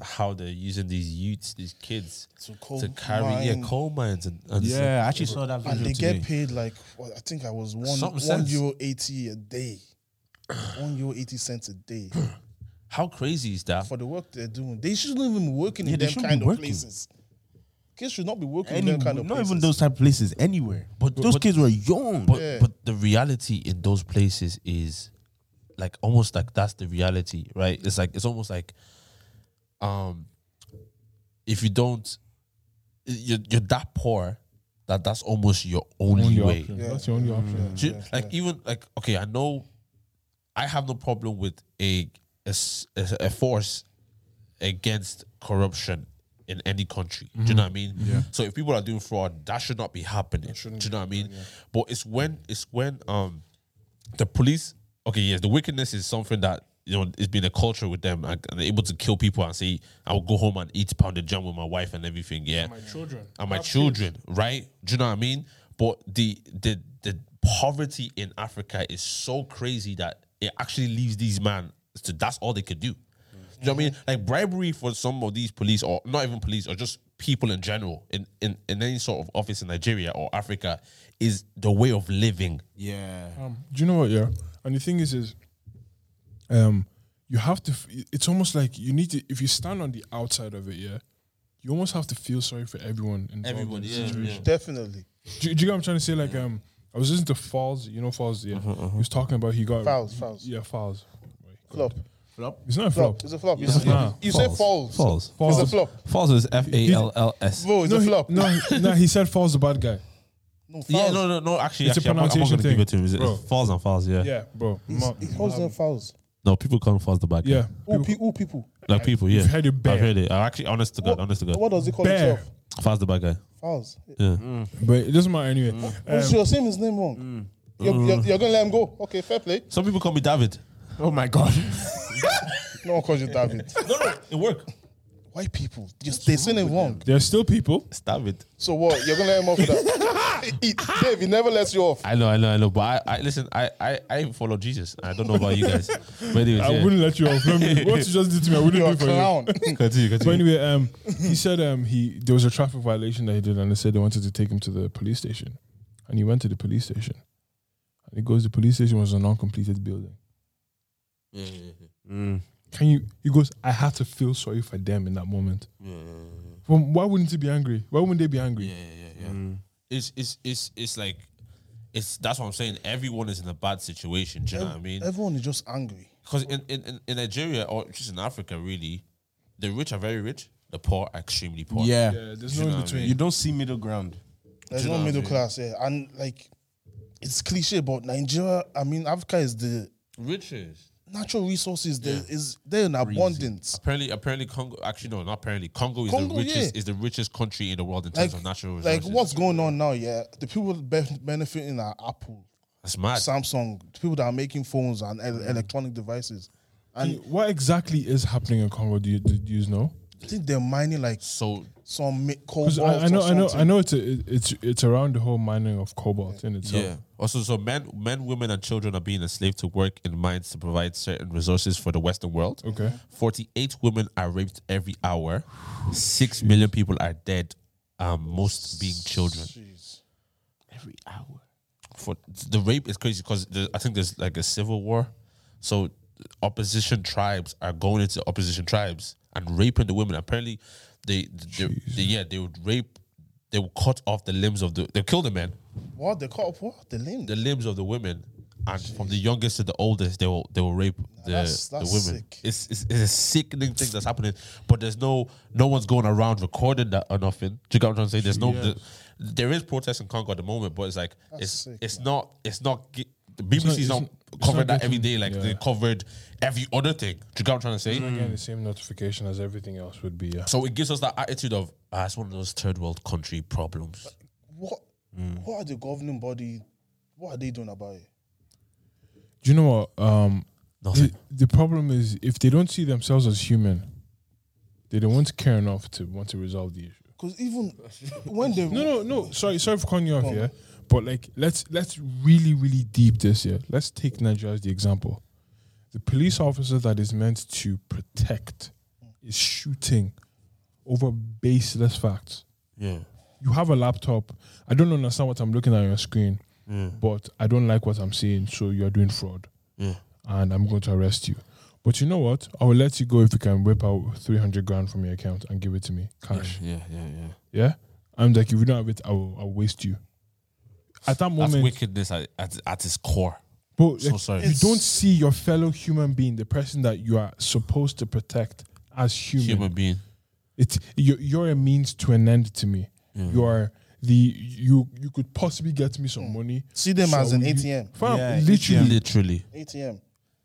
Speaker 3: how they're using these youths, these kids
Speaker 1: To coal
Speaker 3: to carry
Speaker 1: mine.
Speaker 3: yeah coal mines and, and stuff.
Speaker 4: Yeah, I actually saw
Speaker 1: And
Speaker 4: that video
Speaker 1: they
Speaker 4: today.
Speaker 1: get paid like what, I think I was one
Speaker 3: Something
Speaker 1: one
Speaker 3: cents.
Speaker 1: euro eighty a day. one euro eighty cents a day
Speaker 3: How crazy is that?
Speaker 1: for the work they're doing. They shouldn't even be working
Speaker 4: Yeah,
Speaker 1: in
Speaker 4: they
Speaker 1: them
Speaker 4: shouldn't
Speaker 1: kind
Speaker 4: be
Speaker 1: of
Speaker 4: working.
Speaker 1: places. Kids should not be working
Speaker 4: Any,
Speaker 1: in them kind of
Speaker 4: not
Speaker 1: places.
Speaker 4: even those type of places anywhere.
Speaker 3: But-
Speaker 4: But those
Speaker 3: but-
Speaker 4: kids were young.
Speaker 3: But
Speaker 1: Yeah.
Speaker 3: but the reality in those places is like almost like that's the reality, right? It's like it's almost like um if you don't you're, you're that poor that that's almost your only,
Speaker 2: Only
Speaker 3: way.
Speaker 2: option. That's the only option.
Speaker 3: Do you- like even like okay, I know I have no problem with a a, s- a- a force against corruption in any country. Do you know what I mean? Yeah. So if people are doing fraud, that should not be happening. Do you know what I mean? But it's when it's when um the police okay yes the wickedness is something that you know it's been a culture with them like, and they're able to kill people and say i'll go home and eat pounded jam with my wife and everything yeah
Speaker 2: My children.
Speaker 3: and my children right do you know what i mean but the the the poverty in africa is so crazy that it actually leaves these man to that's all they could do do you know what I mean? Like bribery for some of these police, or not even police, or just people in general, in, in, in any sort of office in Nigeria or Africa, is the way of living.
Speaker 4: Yeah.
Speaker 2: Um, do you know what? Yeah, and the thing is, is um, you have to. f- It's almost like you need to. If you stand on the outside of it, yeah, you almost have to feel sorry for everyone involved in
Speaker 3: Everyone,
Speaker 2: the
Speaker 3: yeah,
Speaker 2: situation.
Speaker 3: yeah.
Speaker 1: Definitely.
Speaker 2: Do, do you get what I'm trying to say? Like, um, I was listening to Falls. You know Falls, yeah. He was talking about he got
Speaker 1: Falz, Falz.
Speaker 2: Yeah, Falls.
Speaker 1: Flop.
Speaker 4: Flop.
Speaker 2: It's not a flop.
Speaker 1: Flop. It's a flop. You,
Speaker 2: It's
Speaker 1: say,
Speaker 2: not.
Speaker 1: you say falls.
Speaker 5: Falls.
Speaker 1: It's a
Speaker 2: Falls.
Speaker 1: flop.
Speaker 5: Falls is F A L L S.
Speaker 1: Bro, it's
Speaker 2: no,
Speaker 1: a
Speaker 2: he-
Speaker 1: flop.
Speaker 2: no, no, he said Falls the bad guy.
Speaker 1: no fouls.
Speaker 3: Yeah, no, no, no. Actually,
Speaker 2: It's a
Speaker 3: actually I'm, not- I'm not
Speaker 2: pronunciation
Speaker 3: going to give it to
Speaker 2: thing,
Speaker 3: him. Is it
Speaker 2: bro.
Speaker 3: falls and falls? Yeah.
Speaker 2: Yeah, bro. Ma-
Speaker 1: It's- It calls them fouls.
Speaker 3: No, people call him falls the bad guy.
Speaker 2: yeah.
Speaker 1: Who pe- who people?
Speaker 3: Like people, yeah.
Speaker 2: You've heard it
Speaker 3: I've
Speaker 2: bare.
Speaker 3: heard it. I actually, honest to God, honest to God,
Speaker 1: What does he call
Speaker 2: Bear.
Speaker 1: himself?
Speaker 3: falls the bad guy.
Speaker 1: Fouls.
Speaker 3: Yeah.
Speaker 2: But it doesn't matter anyway. Uh,
Speaker 1: Oh, so you're saying his name wrong. You're, you're, you're gonna let him go. Okay, fair play.
Speaker 3: Some people call me David.
Speaker 4: Oh my god.
Speaker 1: No one calls you David.
Speaker 3: No, no, it worked.
Speaker 1: (laughs) White people, just they saying him wrong.
Speaker 2: There are still people.
Speaker 3: It's David.
Speaker 1: So what? You're gonna let him off for that? (laughs) He- Dave, he never lets you off.
Speaker 3: I know, I know, I know. But I, I listen. I, I, I follow Jesus. I don't know about you guys. But anyways,
Speaker 2: I
Speaker 3: yeah.
Speaker 2: wouldn't let you off. Let me- What you just did to me, I wouldn't
Speaker 1: You're
Speaker 2: do
Speaker 1: a
Speaker 2: for
Speaker 1: (laughs)
Speaker 2: you.
Speaker 1: clown.
Speaker 3: continue,
Speaker 2: But
Speaker 3: continue.
Speaker 2: anyway, um, he said um, he there was a traffic violation that he did, and they said they wanted to take him to the police station, and he went to the police station, and he goes, the police station was a non-completed building. Can you? He goes, I had to feel sorry for them in that moment. Well, why wouldn't he be angry? Why wouldn't they be angry?
Speaker 3: Yeah, yeah, yeah. It's, it's, it's, it's like, it's. That's what I'm saying. Everyone is in a bad situation. Do you know what I mean?
Speaker 1: Everyone is just angry.
Speaker 3: Because in, in, in, in Nigeria or just in Africa, really, the rich are very rich. The poor are extremely poor.
Speaker 4: Yeah.
Speaker 2: Yeah, there's no in between.
Speaker 4: You don't see middle ground.
Speaker 1: There's no middle class, yeah, and like, it's cliche, but Nigeria. I mean, Africa is the
Speaker 3: Riches.
Speaker 1: natural resources. There is there in abundance.
Speaker 3: Apparently, apparently, Congo. Actually, no, not apparently. Congo is
Speaker 1: Congo,
Speaker 3: the richest
Speaker 1: yeah.
Speaker 3: is the richest country in the world in
Speaker 1: Like,
Speaker 3: terms of natural
Speaker 1: like
Speaker 3: resources.
Speaker 1: what's going on now? Yeah, the people be- benefiting are Apple,
Speaker 3: That's mad.
Speaker 1: Samsung, the people that are making phones and el- electronic devices. And
Speaker 2: What exactly is happening in Congo? Do you, do you know?
Speaker 1: I think they're mining like
Speaker 3: So
Speaker 1: some mi-
Speaker 2: 'Cause
Speaker 1: cobalt.
Speaker 2: I, I know,
Speaker 1: or
Speaker 2: I know, I
Speaker 1: something.
Speaker 2: know. It's a, it's it's around the whole mining of cobalt in itself.
Speaker 3: yeah. Also, so men, men, women, and children are being enslaved to work in mines to provide certain resources for the Western world.
Speaker 2: Okay.
Speaker 3: Forty-eight women are raped every hour. Six million people are dead, um, most being children.
Speaker 1: Jeez.
Speaker 3: every hour. For the rape is crazy because I think there's like a civil war, so opposition tribes are going into opposition tribes and raping the women. Apparently, they, they, they yeah they would rape, they would cut off the limbs of the they kill the men,
Speaker 1: What they caught up? What the limb?
Speaker 3: the limbs of the women, and from the youngest to the oldest, they will they will rape the,
Speaker 1: that's- that's
Speaker 3: the women.
Speaker 1: sick.
Speaker 3: It's, it's it's a sickening thing that's happening, but there's no no one's going around recording that or nothing. Do you get what I'm trying to say? There's no the- there is protest in Congo at the moment, but it's like it's
Speaker 1: sick,
Speaker 3: it's not it's not ge- the BBC's
Speaker 2: not-
Speaker 3: not,
Speaker 2: it's not
Speaker 3: covered that every
Speaker 2: getting-
Speaker 3: day. Like they
Speaker 2: yeah. Mm-hmm.
Speaker 3: covered every other thing. Do you get what I'm trying to say?
Speaker 2: Again, the same notification as everything else would be. Yeah.
Speaker 3: So it gives us that attitude of ah, it's one of those third world country problems.
Speaker 1: What?
Speaker 4: Mm.
Speaker 1: What are the governing body? What are they doing about it?
Speaker 2: Do you know what? Um,
Speaker 3: Nothing.
Speaker 2: The, the problem is if they don't see themselves as human, they don't want to care enough to want to resolve the issue.
Speaker 1: Because even when they
Speaker 2: No, no, no. Sorry, sorry for cutting you off. Yeah, but like, let's let's really, really deep this. Yeah, let's take Nigeria as the example. The police officer that is meant to protect is shooting over baseless facts.
Speaker 3: Yeah.
Speaker 2: You have a laptop. I don't understand what I'm looking at on your screen, but I don't like what I'm seeing, so you're doing fraud,
Speaker 3: Yeah.
Speaker 2: and I'm going to arrest you. But you know what? I will let you go if you can whip out 300 grand from your account and give it to me cash.
Speaker 3: Yeah, yeah, yeah.
Speaker 2: Yeah. I'm like, if you don't have it, I will, I'll waste you. At that
Speaker 3: That's
Speaker 2: moment,
Speaker 3: wickedness at, at, at its core.
Speaker 2: bro,
Speaker 3: So
Speaker 2: like,
Speaker 3: sorry.
Speaker 2: you don't see your fellow human being, the person that you are supposed to protect as human.
Speaker 3: Human being.
Speaker 2: It's you, you're a means to an end to me. You are the you you could possibly get me some money.
Speaker 1: see them as an
Speaker 2: you-
Speaker 1: ATM,
Speaker 2: Fam,
Speaker 4: Yeah,
Speaker 2: literally,
Speaker 3: Literally.
Speaker 1: ATM.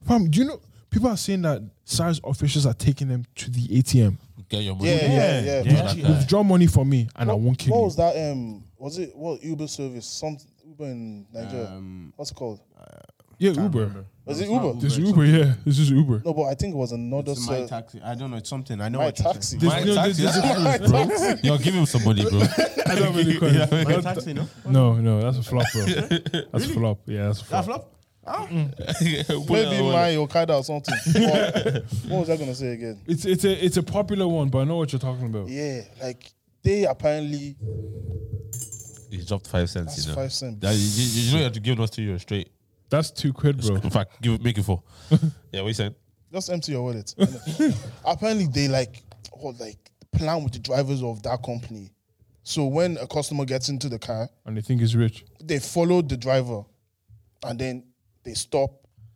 Speaker 2: fam. Do you know people are saying that SARS officials are taking them to the ATM?
Speaker 3: Get your money.
Speaker 1: Yeah, yeah, yeah.
Speaker 3: Yeah.
Speaker 1: What-
Speaker 3: That guy.
Speaker 2: Withdraw money from me, and I
Speaker 1: What,
Speaker 2: won't kill you.
Speaker 1: was that? Um, was it what Uber service? Some Uber in Nigeria.
Speaker 4: Um,
Speaker 1: What's it called?
Speaker 2: yeah,
Speaker 4: can't
Speaker 2: Uber.
Speaker 4: remember.
Speaker 1: Was
Speaker 4: No,
Speaker 1: it
Speaker 4: it's not
Speaker 1: Uber?
Speaker 2: This is
Speaker 4: it's
Speaker 2: Uber. Yeah, this is Uber.
Speaker 1: No, but I think it was another.
Speaker 4: It's my
Speaker 1: ser-
Speaker 4: taxi. I don't know. It's something. I know.
Speaker 1: My
Speaker 4: what you said.
Speaker 1: uh, taxi.
Speaker 2: This-
Speaker 3: My
Speaker 2: no,
Speaker 3: taxi,
Speaker 2: this-
Speaker 3: (laughs) that's mine, bro. Yo, give him some money,
Speaker 1: (laughs)
Speaker 3: bro.
Speaker 2: (laughs)
Speaker 3: (laughs)
Speaker 2: I don't (laughs) really call it.
Speaker 4: My taxi. No.
Speaker 2: No, no, that's a flop, (laughs) bro. That's a flop. Yeah, that's a
Speaker 4: That
Speaker 2: flop.
Speaker 4: flop.
Speaker 1: Maybe my Okada or something. what, what was I gonna say again?
Speaker 2: It's it's a it's a popular one, but I know what you're talking about.
Speaker 1: Yeah, like they apparently
Speaker 3: He dropped five cents,
Speaker 1: that's
Speaker 3: you know.
Speaker 1: five cents.
Speaker 3: That- you, you, you know you have to give us two euros straight.
Speaker 2: That's two quid, bro.
Speaker 3: In fact, give it, make
Speaker 1: (laughs)
Speaker 3: it four. yeah, what you saying?
Speaker 1: Just empty your wallet. (laughs) apparently they like what like plan with the drivers of that company. So when a customer gets into the car,
Speaker 2: And they think it's rich.
Speaker 1: they follow the driver, and then they stop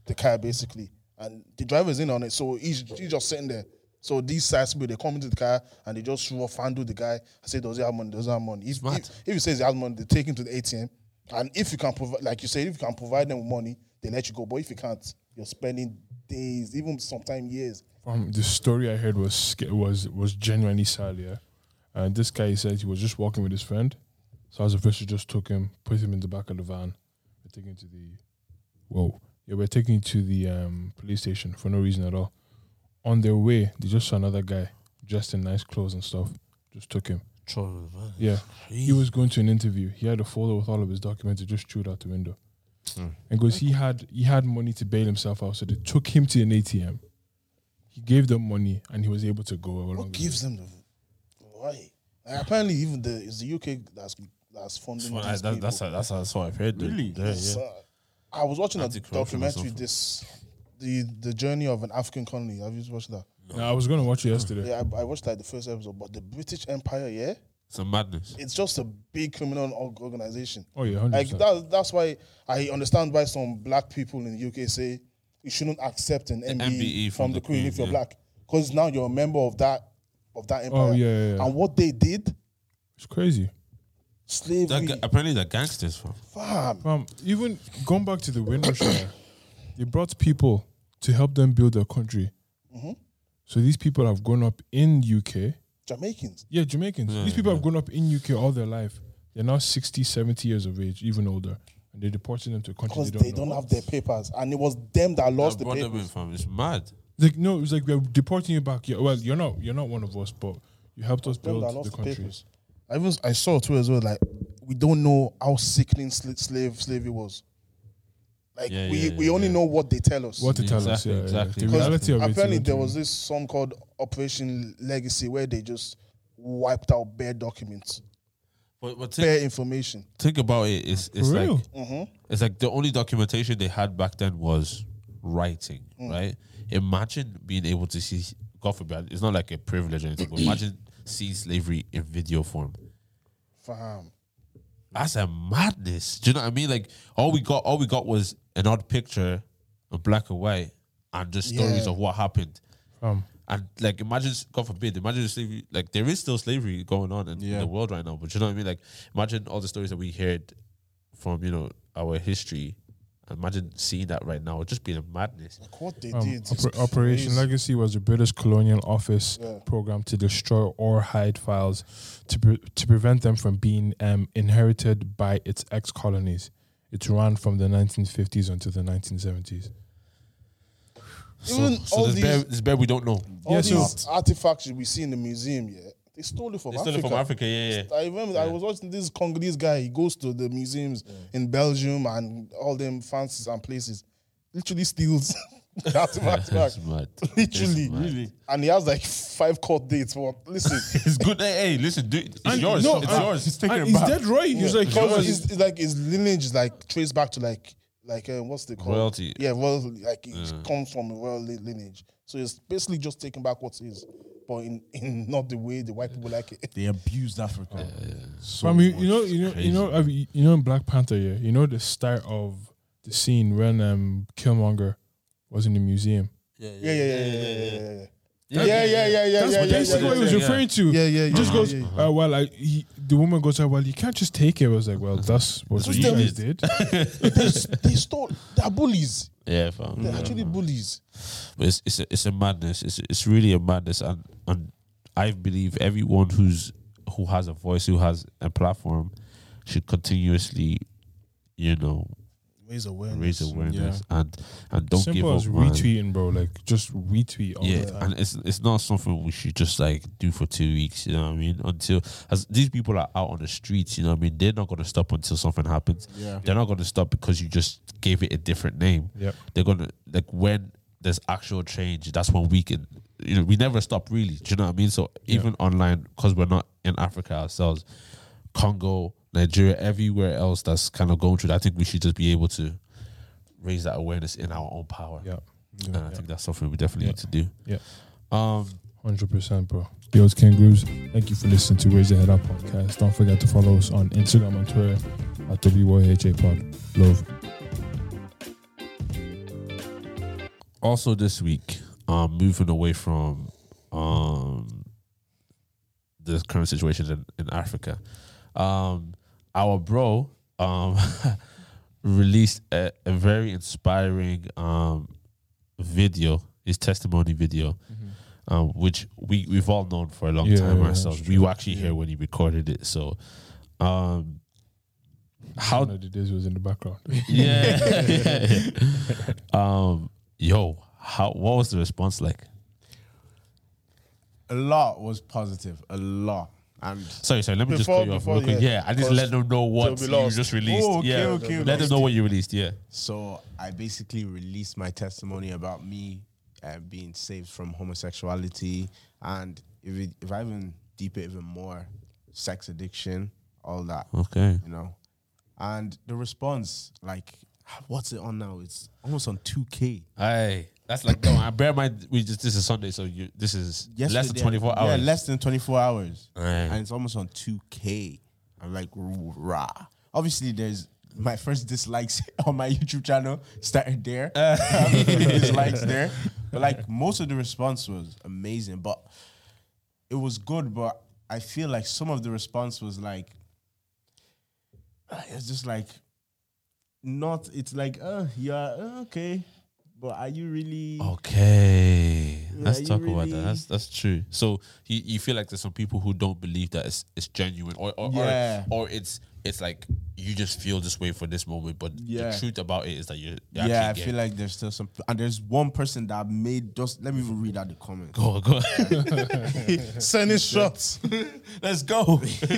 Speaker 1: the car basically, and the driver's in on it. So he's, he's just sitting there. So these sides people they come into the car and they just rough handle the guy. I say, does he have money? Does he have money? If,
Speaker 3: Mad.
Speaker 1: if, if he says he has money, they take him to the ATM, and if you can provide, like you said, if you can provide them with money, they let you go. But if you can't, you're spending days, even sometimes years.
Speaker 2: Um, the story I heard was sca- was was genuinely sad, yeah. And Uh, this guy he says he was just walking with his friend, so as official just took him, put him in the back of the van, we're taking him to the, whoa, yeah, we're taking him to the um, police station for no reason at all. On their way, they just saw another guy dressed in nice clothes and stuff, just took him. Yeah. He was going to an interview. He had a folder with all of his documents. He just threw it out the window.
Speaker 1: Hmm.
Speaker 2: And goes, he had he had money to bail himself out, so they took him to an ATM. He gave them money, and he was able to go. along
Speaker 1: What
Speaker 2: with
Speaker 1: gives them the why? Like, apparently, even the it's the UK that's that's funding.
Speaker 3: Well, I-
Speaker 1: these
Speaker 3: that-
Speaker 1: people.
Speaker 3: that's, that's, that's what I've heard. dude.
Speaker 4: Really?
Speaker 3: Yeah, yeah.
Speaker 1: So, I was watching a
Speaker 3: Anti-corruption or
Speaker 1: documentary.
Speaker 3: something.
Speaker 1: This the the journey of an African colony. Have you watched that?
Speaker 2: it. Now, I was gonna watch it yesterday.
Speaker 1: Yeah, I, I watched like the first episode. But the British Empire, yeah,
Speaker 3: It's a madness.
Speaker 1: it's just a big criminal org- organization.
Speaker 2: Oh yeah, hundred
Speaker 1: Like
Speaker 2: percent.
Speaker 1: that. That's why I understand why some black people in the UK say you shouldn't accept an MBE,
Speaker 3: MBE
Speaker 1: from, the Queen, if you're black, because now you're a member of that of that empire.
Speaker 2: Oh yeah, yeah, yeah.
Speaker 1: And what they did,
Speaker 2: It's crazy.
Speaker 1: slavery,
Speaker 3: That, guy- apparently, they're gangsters, fam.
Speaker 1: fam.
Speaker 2: Um, even going back to the window share, they brought people to help them build their country.
Speaker 1: Mm-hmm.
Speaker 2: So these people have grown up in UK.
Speaker 1: Jamaicans.
Speaker 2: Yeah, Jamaicans. These people have grown up in UK all their life. They're now 60, 70 years of age, even older. And they're deporting them to a country
Speaker 1: Because
Speaker 2: they
Speaker 1: they don't,
Speaker 2: don't, know.
Speaker 1: have their papers, and it was them that
Speaker 3: They
Speaker 1: lost the
Speaker 3: brought them in,
Speaker 1: papers.
Speaker 3: fam. It's mad.
Speaker 2: Like, no, it's like we're deporting you back. Yeah, well, you're not you're not one of us, but you helped us
Speaker 1: Them
Speaker 2: build
Speaker 1: that
Speaker 2: the
Speaker 1: lost the
Speaker 2: country.
Speaker 1: papers. I even I saw too as well. Like we don't know how sickening sla- slave slavery was. Like
Speaker 3: Yeah,
Speaker 1: we,
Speaker 3: yeah,
Speaker 1: we
Speaker 3: yeah,
Speaker 1: only
Speaker 3: yeah.
Speaker 1: know what they tell us.
Speaker 2: What to tell us,
Speaker 3: Exactly,
Speaker 2: yeah, yeah,
Speaker 3: exactly.
Speaker 2: The
Speaker 1: 'Cause
Speaker 2: reality of it.
Speaker 1: apparently there
Speaker 2: isn't-
Speaker 1: was this song called Operation Legacy where they just wiped out bare documents,
Speaker 3: But, but think,
Speaker 1: bare information.
Speaker 3: think about it. It's, it's
Speaker 2: For
Speaker 3: like
Speaker 2: real.
Speaker 3: it's like the only documentation they had back then was writing, right? Imagine being able to see. God forbid, it's not like a privilege or anything. But imagine seeing slavery in video form.
Speaker 1: Fam.
Speaker 3: That's a madness. Do you know what I mean? Like all we got, all we got was an odd picture of black and white, and just stories
Speaker 1: Yeah.
Speaker 3: of what happened.
Speaker 2: Um,
Speaker 3: And like, imagine, God forbid, imagine slavery. Like, there is still slavery going on in, in
Speaker 4: Yeah.
Speaker 3: the world right now. But you know what I mean? Like, imagine all the stories that we heard from you know our history, Imagine seeing that right now. It'd just be a madness.
Speaker 1: Like what they
Speaker 2: Um,
Speaker 1: did. is
Speaker 2: Oper- Operation
Speaker 1: crazy.
Speaker 2: Legacy was the British colonial office
Speaker 1: Yeah.
Speaker 2: program to destroy or hide files to pre- to prevent them from being um, inherited by its ex colonies. It ran from the 1950s until the 1970s.
Speaker 3: So,
Speaker 1: Even
Speaker 3: so
Speaker 1: all
Speaker 3: there's,
Speaker 1: these-
Speaker 3: bare, there's bare we don't know.
Speaker 1: All
Speaker 2: Yeah, so-
Speaker 1: these artifacts we see in the museum, yeah, they stole it from
Speaker 3: They
Speaker 1: Africa.
Speaker 3: still from Africa, yeah, yeah.
Speaker 1: I remember I was watching this Congolese guy. He goes to the museums in Belgium and all them fancies and places. Literally steals (laughs) the artifacts back.
Speaker 3: (laughs) It's mad.
Speaker 1: (laughs) Literally,
Speaker 3: It's mad.
Speaker 1: And he has like five court dates. But listen,
Speaker 3: It's good. Hey, hey, listen, dude, it's
Speaker 2: And-
Speaker 3: yours.
Speaker 2: no,
Speaker 3: it's
Speaker 2: and-
Speaker 3: yours.
Speaker 4: He's taking
Speaker 2: And
Speaker 4: it
Speaker 2: he's
Speaker 4: back.
Speaker 2: dead right. He's like,
Speaker 1: because
Speaker 2: yours.
Speaker 1: his, like his lineage is like traced back to like like uh, what's they called?
Speaker 3: Royalty.
Speaker 1: Yeah, well, like it comes from a royal li- lineage. So it's basically just taking back what's his, but in, in (laughs) not the way the white people like it.
Speaker 4: They abused Africa. So
Speaker 2: Fam, you, you
Speaker 4: much.
Speaker 2: know, you know,
Speaker 3: crazy.
Speaker 2: you know, I mean, you know, in Black Panther, yeah, you know the start of the scene when um Killmonger was in the museum.
Speaker 1: Yeah, yeah, yeah, yeah, yeah, yeah, yeah, yeah. Yeah, yeah, yeah, yeah,
Speaker 2: That's
Speaker 1: yeah, yeah,
Speaker 2: basically
Speaker 1: yeah,
Speaker 2: what he was
Speaker 3: yeah.
Speaker 2: referring to.
Speaker 1: Yeah, yeah,
Speaker 2: He just
Speaker 3: Uh-huh.
Speaker 1: yeah,
Speaker 2: goes,
Speaker 1: yeah,
Speaker 2: Uh, well, I, he, the woman goes, uh, well, you can't just take it. I was like, well, that's what
Speaker 3: Uh-huh. That's
Speaker 2: you
Speaker 1: what you
Speaker 2: guys did.
Speaker 1: they, they stole. They're bullies.
Speaker 3: Yeah, fam.
Speaker 1: They're actually bullies.
Speaker 3: But it's it's a, it's a madness. It's it's really a madness, and and I believe everyone who's who has a voice, who has a platform, should continuously, you know,
Speaker 1: Raise awareness.
Speaker 3: raise awareness and and don't give
Speaker 2: Simple
Speaker 3: up.
Speaker 2: as
Speaker 3: man.
Speaker 2: retweeting, bro. Like just retweet all
Speaker 3: Yeah,
Speaker 2: the time.
Speaker 3: and it's it's not something we should just like do for two weeks. You know what I mean? Until as these people are out on the streets, you know what I mean? They're not gonna stop until something happens.
Speaker 4: Yeah.
Speaker 3: They're not gonna stop because you just gave it a different name.
Speaker 2: Yep.
Speaker 3: They're gonna like when there's actual change. That's when we can. You know, we never stop really. Do you know what I mean? So even online, because we're not in Africa ourselves, Congo, Nigeria, everywhere else that's kind of going through. That, I think we should just be able to raise that awareness in our own power.
Speaker 2: Yeah,
Speaker 3: And I think that's something we definitely
Speaker 2: Yeah.
Speaker 3: need to do.
Speaker 2: Yeah.
Speaker 3: Um,
Speaker 2: hundred percent, bro. Yo, it's Ken Grooves. Thank you for listening to Raise Your Head Up podcast. Don't forget to follow us on Instagram and Twitter at WYHA Pod. Love.
Speaker 3: also this week, um, moving away from um, the current situation in, in Africa, um, our bro um, (laughs) released a, a very inspiring um, video, his testimony video, um, which we, we've all known for a long
Speaker 2: Mm-hmm. Yeah,
Speaker 3: time
Speaker 2: yeah,
Speaker 3: ourselves.
Speaker 2: that's
Speaker 3: We
Speaker 2: true.
Speaker 3: were actually here when he recorded it. So, um, how
Speaker 2: One of the days was in
Speaker 3: (laughs)
Speaker 2: the background.
Speaker 3: yeah. (laughs) um, yo, how what was the response like?
Speaker 4: a lot was positive. A lot. And
Speaker 3: Sorry, sorry. Let me
Speaker 1: Before-
Speaker 3: just cut you off.
Speaker 1: before,
Speaker 3: real quick.
Speaker 1: yeah.
Speaker 3: yeah. I just
Speaker 1: Because
Speaker 3: let them know what
Speaker 1: they'll
Speaker 3: you
Speaker 1: be lost.
Speaker 3: just released.
Speaker 4: Oh, okay,
Speaker 3: yeah,
Speaker 4: okay,
Speaker 3: let them
Speaker 4: lost.
Speaker 3: know what you released. Yeah,
Speaker 4: So I basically released my testimony about me uh, being saved from homosexuality, and if it, if I even deep it even more, sex addiction, all that,
Speaker 3: okay.
Speaker 4: you know, and the response like, what's it on now? It's almost on two k.
Speaker 3: Aye, that's like no. I bear in mind we just this is Sunday, so you this is less than twenty four
Speaker 4: Yeah,
Speaker 3: hours.
Speaker 4: less (laughs) than twenty four hours,
Speaker 3: Right.
Speaker 4: and it's almost on two k. I'm like, rah. Obviously, there's my first dislikes (laughs) on my YouTube channel started there. (laughs) dislikes
Speaker 3: (laughs)
Speaker 4: there, but like most of the response was amazing, but it was good. But I feel like some of the response was like, it's just like not. It's like, uh, yeah, uh, okay. But are you really?
Speaker 3: Oh, Okay, let's
Speaker 4: you
Speaker 3: talk about that.
Speaker 4: really-
Speaker 3: That's that's true. So you, you feel like there's some people who don't believe that it's it's genuine, or or,
Speaker 4: Yeah.
Speaker 3: or or it's it's like you just feel this way for this moment, but
Speaker 4: Yeah.
Speaker 3: the truth about it is that you
Speaker 4: yeah, I feel like there's still some, and there's one person that made just. Let me even read out the comments.
Speaker 3: go (laughs) go.
Speaker 4: (laughs)
Speaker 1: Sending shots.
Speaker 4: Let's go. (laughs)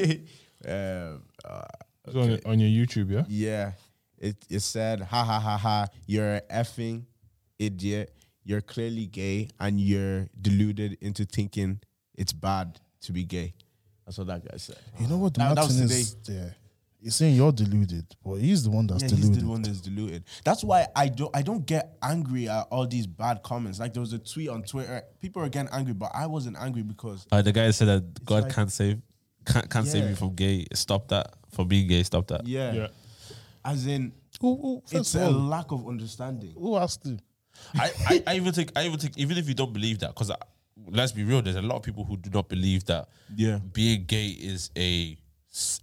Speaker 4: um, uh,
Speaker 2: It's on, on your YouTube, yeah?
Speaker 4: yeah, it it said, ha ha ha ha, you're a effing idiot. You're clearly gay, and you're deluded into thinking it's bad to be gay. That's what that guy said.
Speaker 1: You know what
Speaker 4: That- that was
Speaker 1: Martin is? Yeah. He's saying you're deluded, but he's the one that's
Speaker 4: Yeah,
Speaker 1: deluded.
Speaker 4: he's the one that's deluded. That's why I don't I don't get angry at all these bad comments. Like there was a tweet on Twitter, people are getting angry, but I wasn't angry because
Speaker 3: Uh, the guy said that God
Speaker 4: like-
Speaker 3: can't save, can't, can't save
Speaker 4: Yeah.
Speaker 3: you from gay. Stop that from being gay. Stop that.
Speaker 4: yeah, as in
Speaker 1: Who, who,
Speaker 4: it's
Speaker 1: first
Speaker 4: a
Speaker 1: of all,
Speaker 4: lack of understanding.
Speaker 1: who asked him?
Speaker 3: I, I, I even think I even think even if you don't believe that, because let's be real, there's a lot of people who do not believe that.
Speaker 4: Yeah.
Speaker 3: being gay is a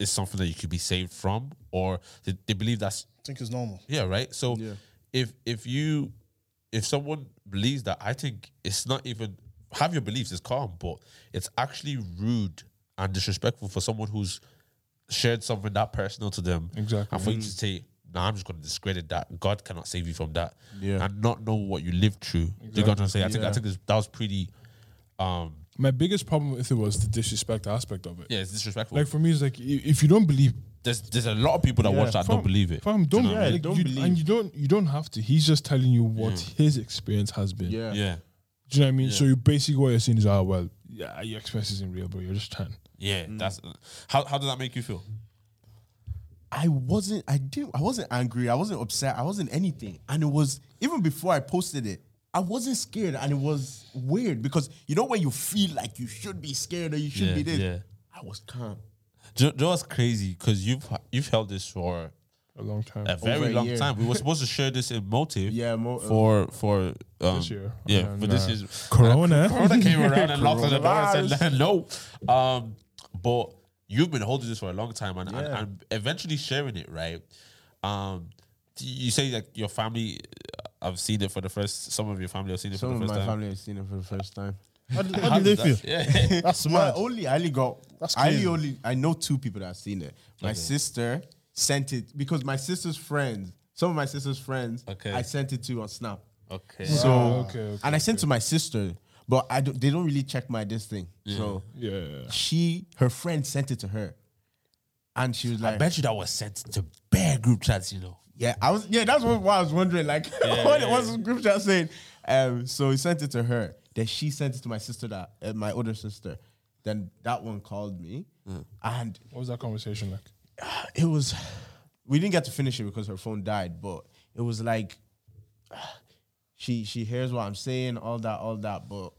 Speaker 3: is something that you could be saved from, or they, they believe that's
Speaker 1: I think it's normal.
Speaker 3: yeah, right. So
Speaker 4: Yeah.
Speaker 3: if if you if someone believes that, I think it's not even have your beliefs. It's calm, but it's actually rude and disrespectful for someone who's shared something that personal to them.
Speaker 2: Exactly.
Speaker 3: and for you to say, "Nah, I'm just going to discredit that. God cannot save you from that,"
Speaker 4: Yeah.
Speaker 3: and not know what you lived through. Do you know what I'm saying? I think I
Speaker 4: Yeah.
Speaker 3: think this, that was pretty. Um,
Speaker 2: My biggest problem with it was the disrespect aspect of it.
Speaker 3: yeah, it's disrespectful.
Speaker 2: Like for me, it's like i- if you don't believe,
Speaker 3: there's there's a lot of people that watch that
Speaker 2: fam,
Speaker 3: don't believe it.
Speaker 2: Fam, don't,
Speaker 4: know what I mean?
Speaker 2: like,
Speaker 4: Don't
Speaker 2: you-
Speaker 4: believe.
Speaker 2: and you don't you don't have to. He's just telling you what his experience has been.
Speaker 4: Yeah.
Speaker 3: Yeah,
Speaker 2: Do you know what I mean? So you basically what you're saying is, ah, well, yeah, your experience isn't real, bro. You're just trying.
Speaker 3: yeah. That's how how does that make you feel?
Speaker 4: I wasn't. I didn't. I wasn't angry. I wasn't upset. I wasn't anything. And it was even before I posted it. I wasn't scared, and it was weird because you know when you feel like you should be scared or you should
Speaker 3: Yeah,
Speaker 4: be this.
Speaker 3: yeah.
Speaker 4: I was calm.
Speaker 3: Do you, do you know what's crazy? Because you've you've held this for
Speaker 2: A long time.
Speaker 3: a
Speaker 4: Over
Speaker 3: very
Speaker 4: a
Speaker 3: long
Speaker 4: year.
Speaker 3: time. We
Speaker 4: (laughs)
Speaker 3: were supposed to share this in motive.
Speaker 4: Yeah, mo- uh,
Speaker 3: for for um,
Speaker 2: This year.
Speaker 3: Yeah,
Speaker 2: And,
Speaker 3: for this
Speaker 2: uh,
Speaker 3: year.
Speaker 2: Corona.
Speaker 3: (laughs) Corona came around and knocked on the door and said no. Um, but you've been holding this for a long time and, and,
Speaker 4: Yeah.
Speaker 3: and eventually sharing it, right? Um, do you say that your family, I've seen it for the first. Some of your family have seen it
Speaker 4: Some
Speaker 3: for
Speaker 4: of
Speaker 3: the
Speaker 4: my
Speaker 3: first time.
Speaker 4: family have seen it for the first time.
Speaker 1: How did, how did they feel?
Speaker 4: (laughs)
Speaker 3: Yeah.
Speaker 1: That's mad.
Speaker 4: Well, only I only got.
Speaker 1: That's
Speaker 4: I
Speaker 1: crazy.
Speaker 4: only, only I know two people that have seen it. My sister sent it because my sister's friends. Some of my sister's friends.
Speaker 3: Okay.
Speaker 4: I sent it to on Snap.
Speaker 3: okay.
Speaker 4: So
Speaker 2: Oh, okay, okay,
Speaker 4: and I sent to my sister, but I don't, they don't really check my this thing. So
Speaker 2: Yeah.
Speaker 4: she her friend sent it to her, and she was like,
Speaker 3: I bet you that was sent to bare group chats, you know.
Speaker 4: Yeah, I was. Yeah, that's what, what I was wondering. Like, (laughs) what was the group chat saying? Um, so he sent it to her. Then she sent it to my sister, that uh, my older sister. Then that one called me,
Speaker 3: Mm.
Speaker 4: and
Speaker 2: What was that conversation like?
Speaker 4: it was. We didn't get to finish it because her phone died, but it was like, she she hears what I'm saying, all that, all that, but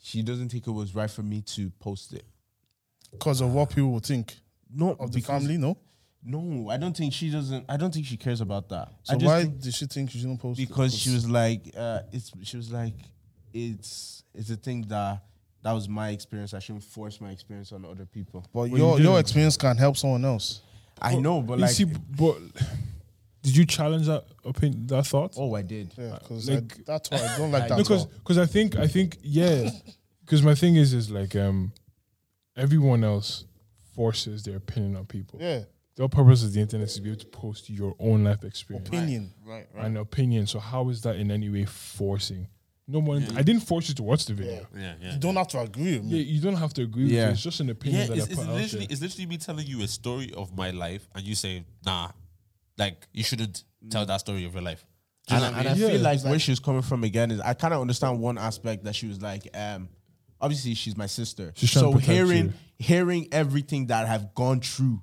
Speaker 4: she doesn't think it was right for me to post it.
Speaker 1: Because of what people would think
Speaker 4: No,
Speaker 1: of the family, no?
Speaker 4: No, I don't think she doesn't. I don't think she cares about that. I
Speaker 1: So
Speaker 4: just
Speaker 1: why
Speaker 4: think-
Speaker 1: did she think you shouldn't post it?
Speaker 4: because she was like, uh, it's she was like, it's it's a thing that that was my experience. I shouldn't force my experience on other people.
Speaker 1: But your, your experience can help someone else.
Speaker 4: I know, but
Speaker 2: you
Speaker 4: like,
Speaker 2: see, but (sighs) did you challenge that opinion, that thought?
Speaker 4: oh, I did.
Speaker 1: Yeah, because
Speaker 2: Like-
Speaker 1: that's why I don't
Speaker 4: (laughs)
Speaker 1: like that. at
Speaker 2: because
Speaker 1: all.
Speaker 2: because I think I think yeah, because my thing is is like um, everyone else forces their opinion on people.
Speaker 1: yeah,
Speaker 2: The whole purpose of the internet is to be able to post your own life experience
Speaker 1: opinion.
Speaker 4: Right,
Speaker 2: and opinion. So how is that in any way forcing? No one. I didn't force you to watch the video. Yeah.
Speaker 3: Yeah, yeah.
Speaker 1: You don't have to agree with me.
Speaker 2: you don't have to agree with
Speaker 4: Yeah.
Speaker 2: it. It's just an opinion
Speaker 3: Yeah,
Speaker 2: that
Speaker 3: it's,
Speaker 2: I
Speaker 3: it's
Speaker 2: put out
Speaker 3: literally
Speaker 2: there.
Speaker 3: it's literally me telling you a story of my life, and you say, "Nah, like you shouldn't tell
Speaker 4: Mm.
Speaker 3: that story of your life." Do
Speaker 4: And,
Speaker 3: you know
Speaker 4: I-
Speaker 3: what I
Speaker 4: and
Speaker 3: mean?
Speaker 4: I
Speaker 2: Yeah.
Speaker 4: feel like where she's coming from again is I kind of understand one aspect that she was like, um, obviously she's my sister,
Speaker 2: She's trying to
Speaker 4: so
Speaker 2: protect
Speaker 4: hearing
Speaker 2: you.
Speaker 4: hearing everything that I have gone through,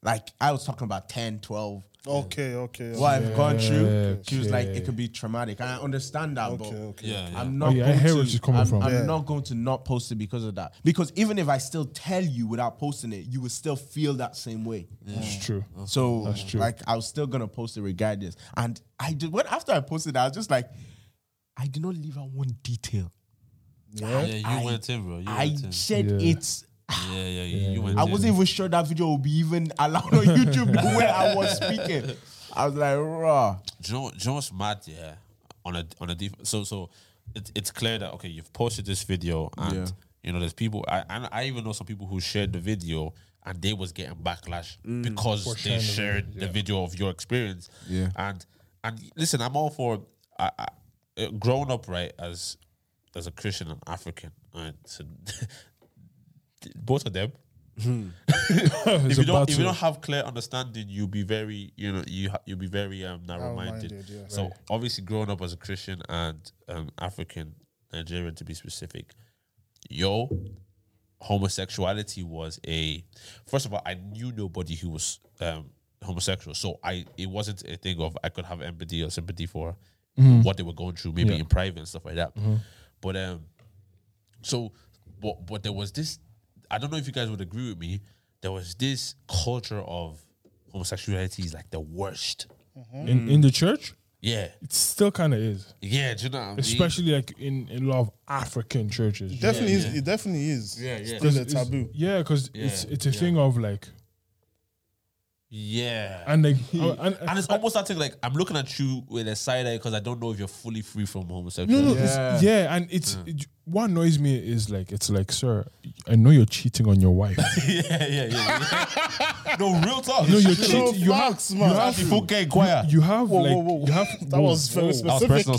Speaker 4: like I was talking about 10, 12,
Speaker 1: Okay, okay. okay.
Speaker 4: what I've gone through. She was like,
Speaker 2: okay.
Speaker 4: it could be traumatic, and I understand that.
Speaker 1: Okay,
Speaker 4: but
Speaker 1: okay.
Speaker 3: Yeah, yeah.
Speaker 4: I'm not.
Speaker 2: Oh, yeah, I
Speaker 4: going
Speaker 2: hear
Speaker 4: to,
Speaker 2: where she's coming
Speaker 4: I'm,
Speaker 2: from.
Speaker 4: I'm
Speaker 1: Yeah.
Speaker 4: not going to not post it because of that. Because even if I still tell you without posting it, you will still feel that same way.
Speaker 2: It's true.
Speaker 4: So,
Speaker 2: Oh, true.
Speaker 4: like, I was still gonna post it regardless. And I did. When after I posted, I was just like, I did not leave out one detail.
Speaker 3: Yeah, you
Speaker 4: I-
Speaker 3: went in, bro. You
Speaker 4: I
Speaker 3: went in.
Speaker 4: said
Speaker 2: Yeah.
Speaker 4: it's.
Speaker 3: Yeah, yeah, you, you went
Speaker 4: I
Speaker 3: in.
Speaker 4: wasn't even sure that video would be even allowed on YouTube the way I was speaking. I was like, raw.
Speaker 3: Do you know, do you know what's mad? Yeah, on a on a deep. So so, it, it's clear that okay, you've posted this video, and
Speaker 4: Yeah.
Speaker 3: you know there's people. I and I even know some people who shared the video, and they was getting backlash
Speaker 4: Mm.
Speaker 3: because they
Speaker 2: sharing the video,
Speaker 3: shared the video of your experience.
Speaker 4: Yeah.
Speaker 3: and and listen, I'm all for. I, I, uh, growing up right as as a Christian and African, right, so (laughs) both of them
Speaker 2: It's
Speaker 3: if you
Speaker 2: a
Speaker 3: don't if you
Speaker 2: battle.
Speaker 3: don't have clear understanding, you'll be very you know you ha- you'll be very um, narrow minded.
Speaker 1: Narrow-minded, yeah.
Speaker 3: So obviously, growing up as a Christian and um, African Nigerian to be specific, yo, homosexuality was a first of all, I knew nobody who was um, homosexual, so I it wasn't a thing of I could have empathy or sympathy for what they were going through, maybe in private and stuff like that. But um, so, but but there was this. I don't know if you guys would agree with me. There was this culture of homosexuality is like the worst.
Speaker 2: in, in the church,
Speaker 3: Yeah,
Speaker 2: it still kind of is.
Speaker 3: yeah. Do you know? What I mean?
Speaker 2: especially like in, in a lot of African churches. yeah.
Speaker 1: Definitely is. It definitely is.
Speaker 3: Yeah, yeah.
Speaker 1: Still a
Speaker 2: It's-
Speaker 1: taboo.
Speaker 2: Yeah, because it's
Speaker 3: Yeah,
Speaker 2: it's a thing of like
Speaker 3: Yeah.
Speaker 2: And like, uh,
Speaker 3: and,
Speaker 2: and, and
Speaker 3: it's almost that thing like I'm looking at you with a side eye because I don't know if you're fully free from
Speaker 2: no,
Speaker 3: homosexuality.
Speaker 2: no, yeah. yeah, and it's it- what annoys me is like it's like, sir, I know you're cheating on your wife.
Speaker 3: (laughs) yeah, yeah, yeah.
Speaker 2: (laughs)
Speaker 3: yeah. no, real talk.
Speaker 2: no, you're
Speaker 3: Real
Speaker 2: cheating.
Speaker 3: talk.
Speaker 2: you have-
Speaker 1: facts, man.
Speaker 2: You have,
Speaker 1: That's
Speaker 3: Full gay choir.
Speaker 2: you have
Speaker 1: Whoa,
Speaker 2: like,
Speaker 1: whoa, whoa.
Speaker 2: you have
Speaker 1: That was very
Speaker 2: whoa.
Speaker 1: specific.
Speaker 3: That was personal,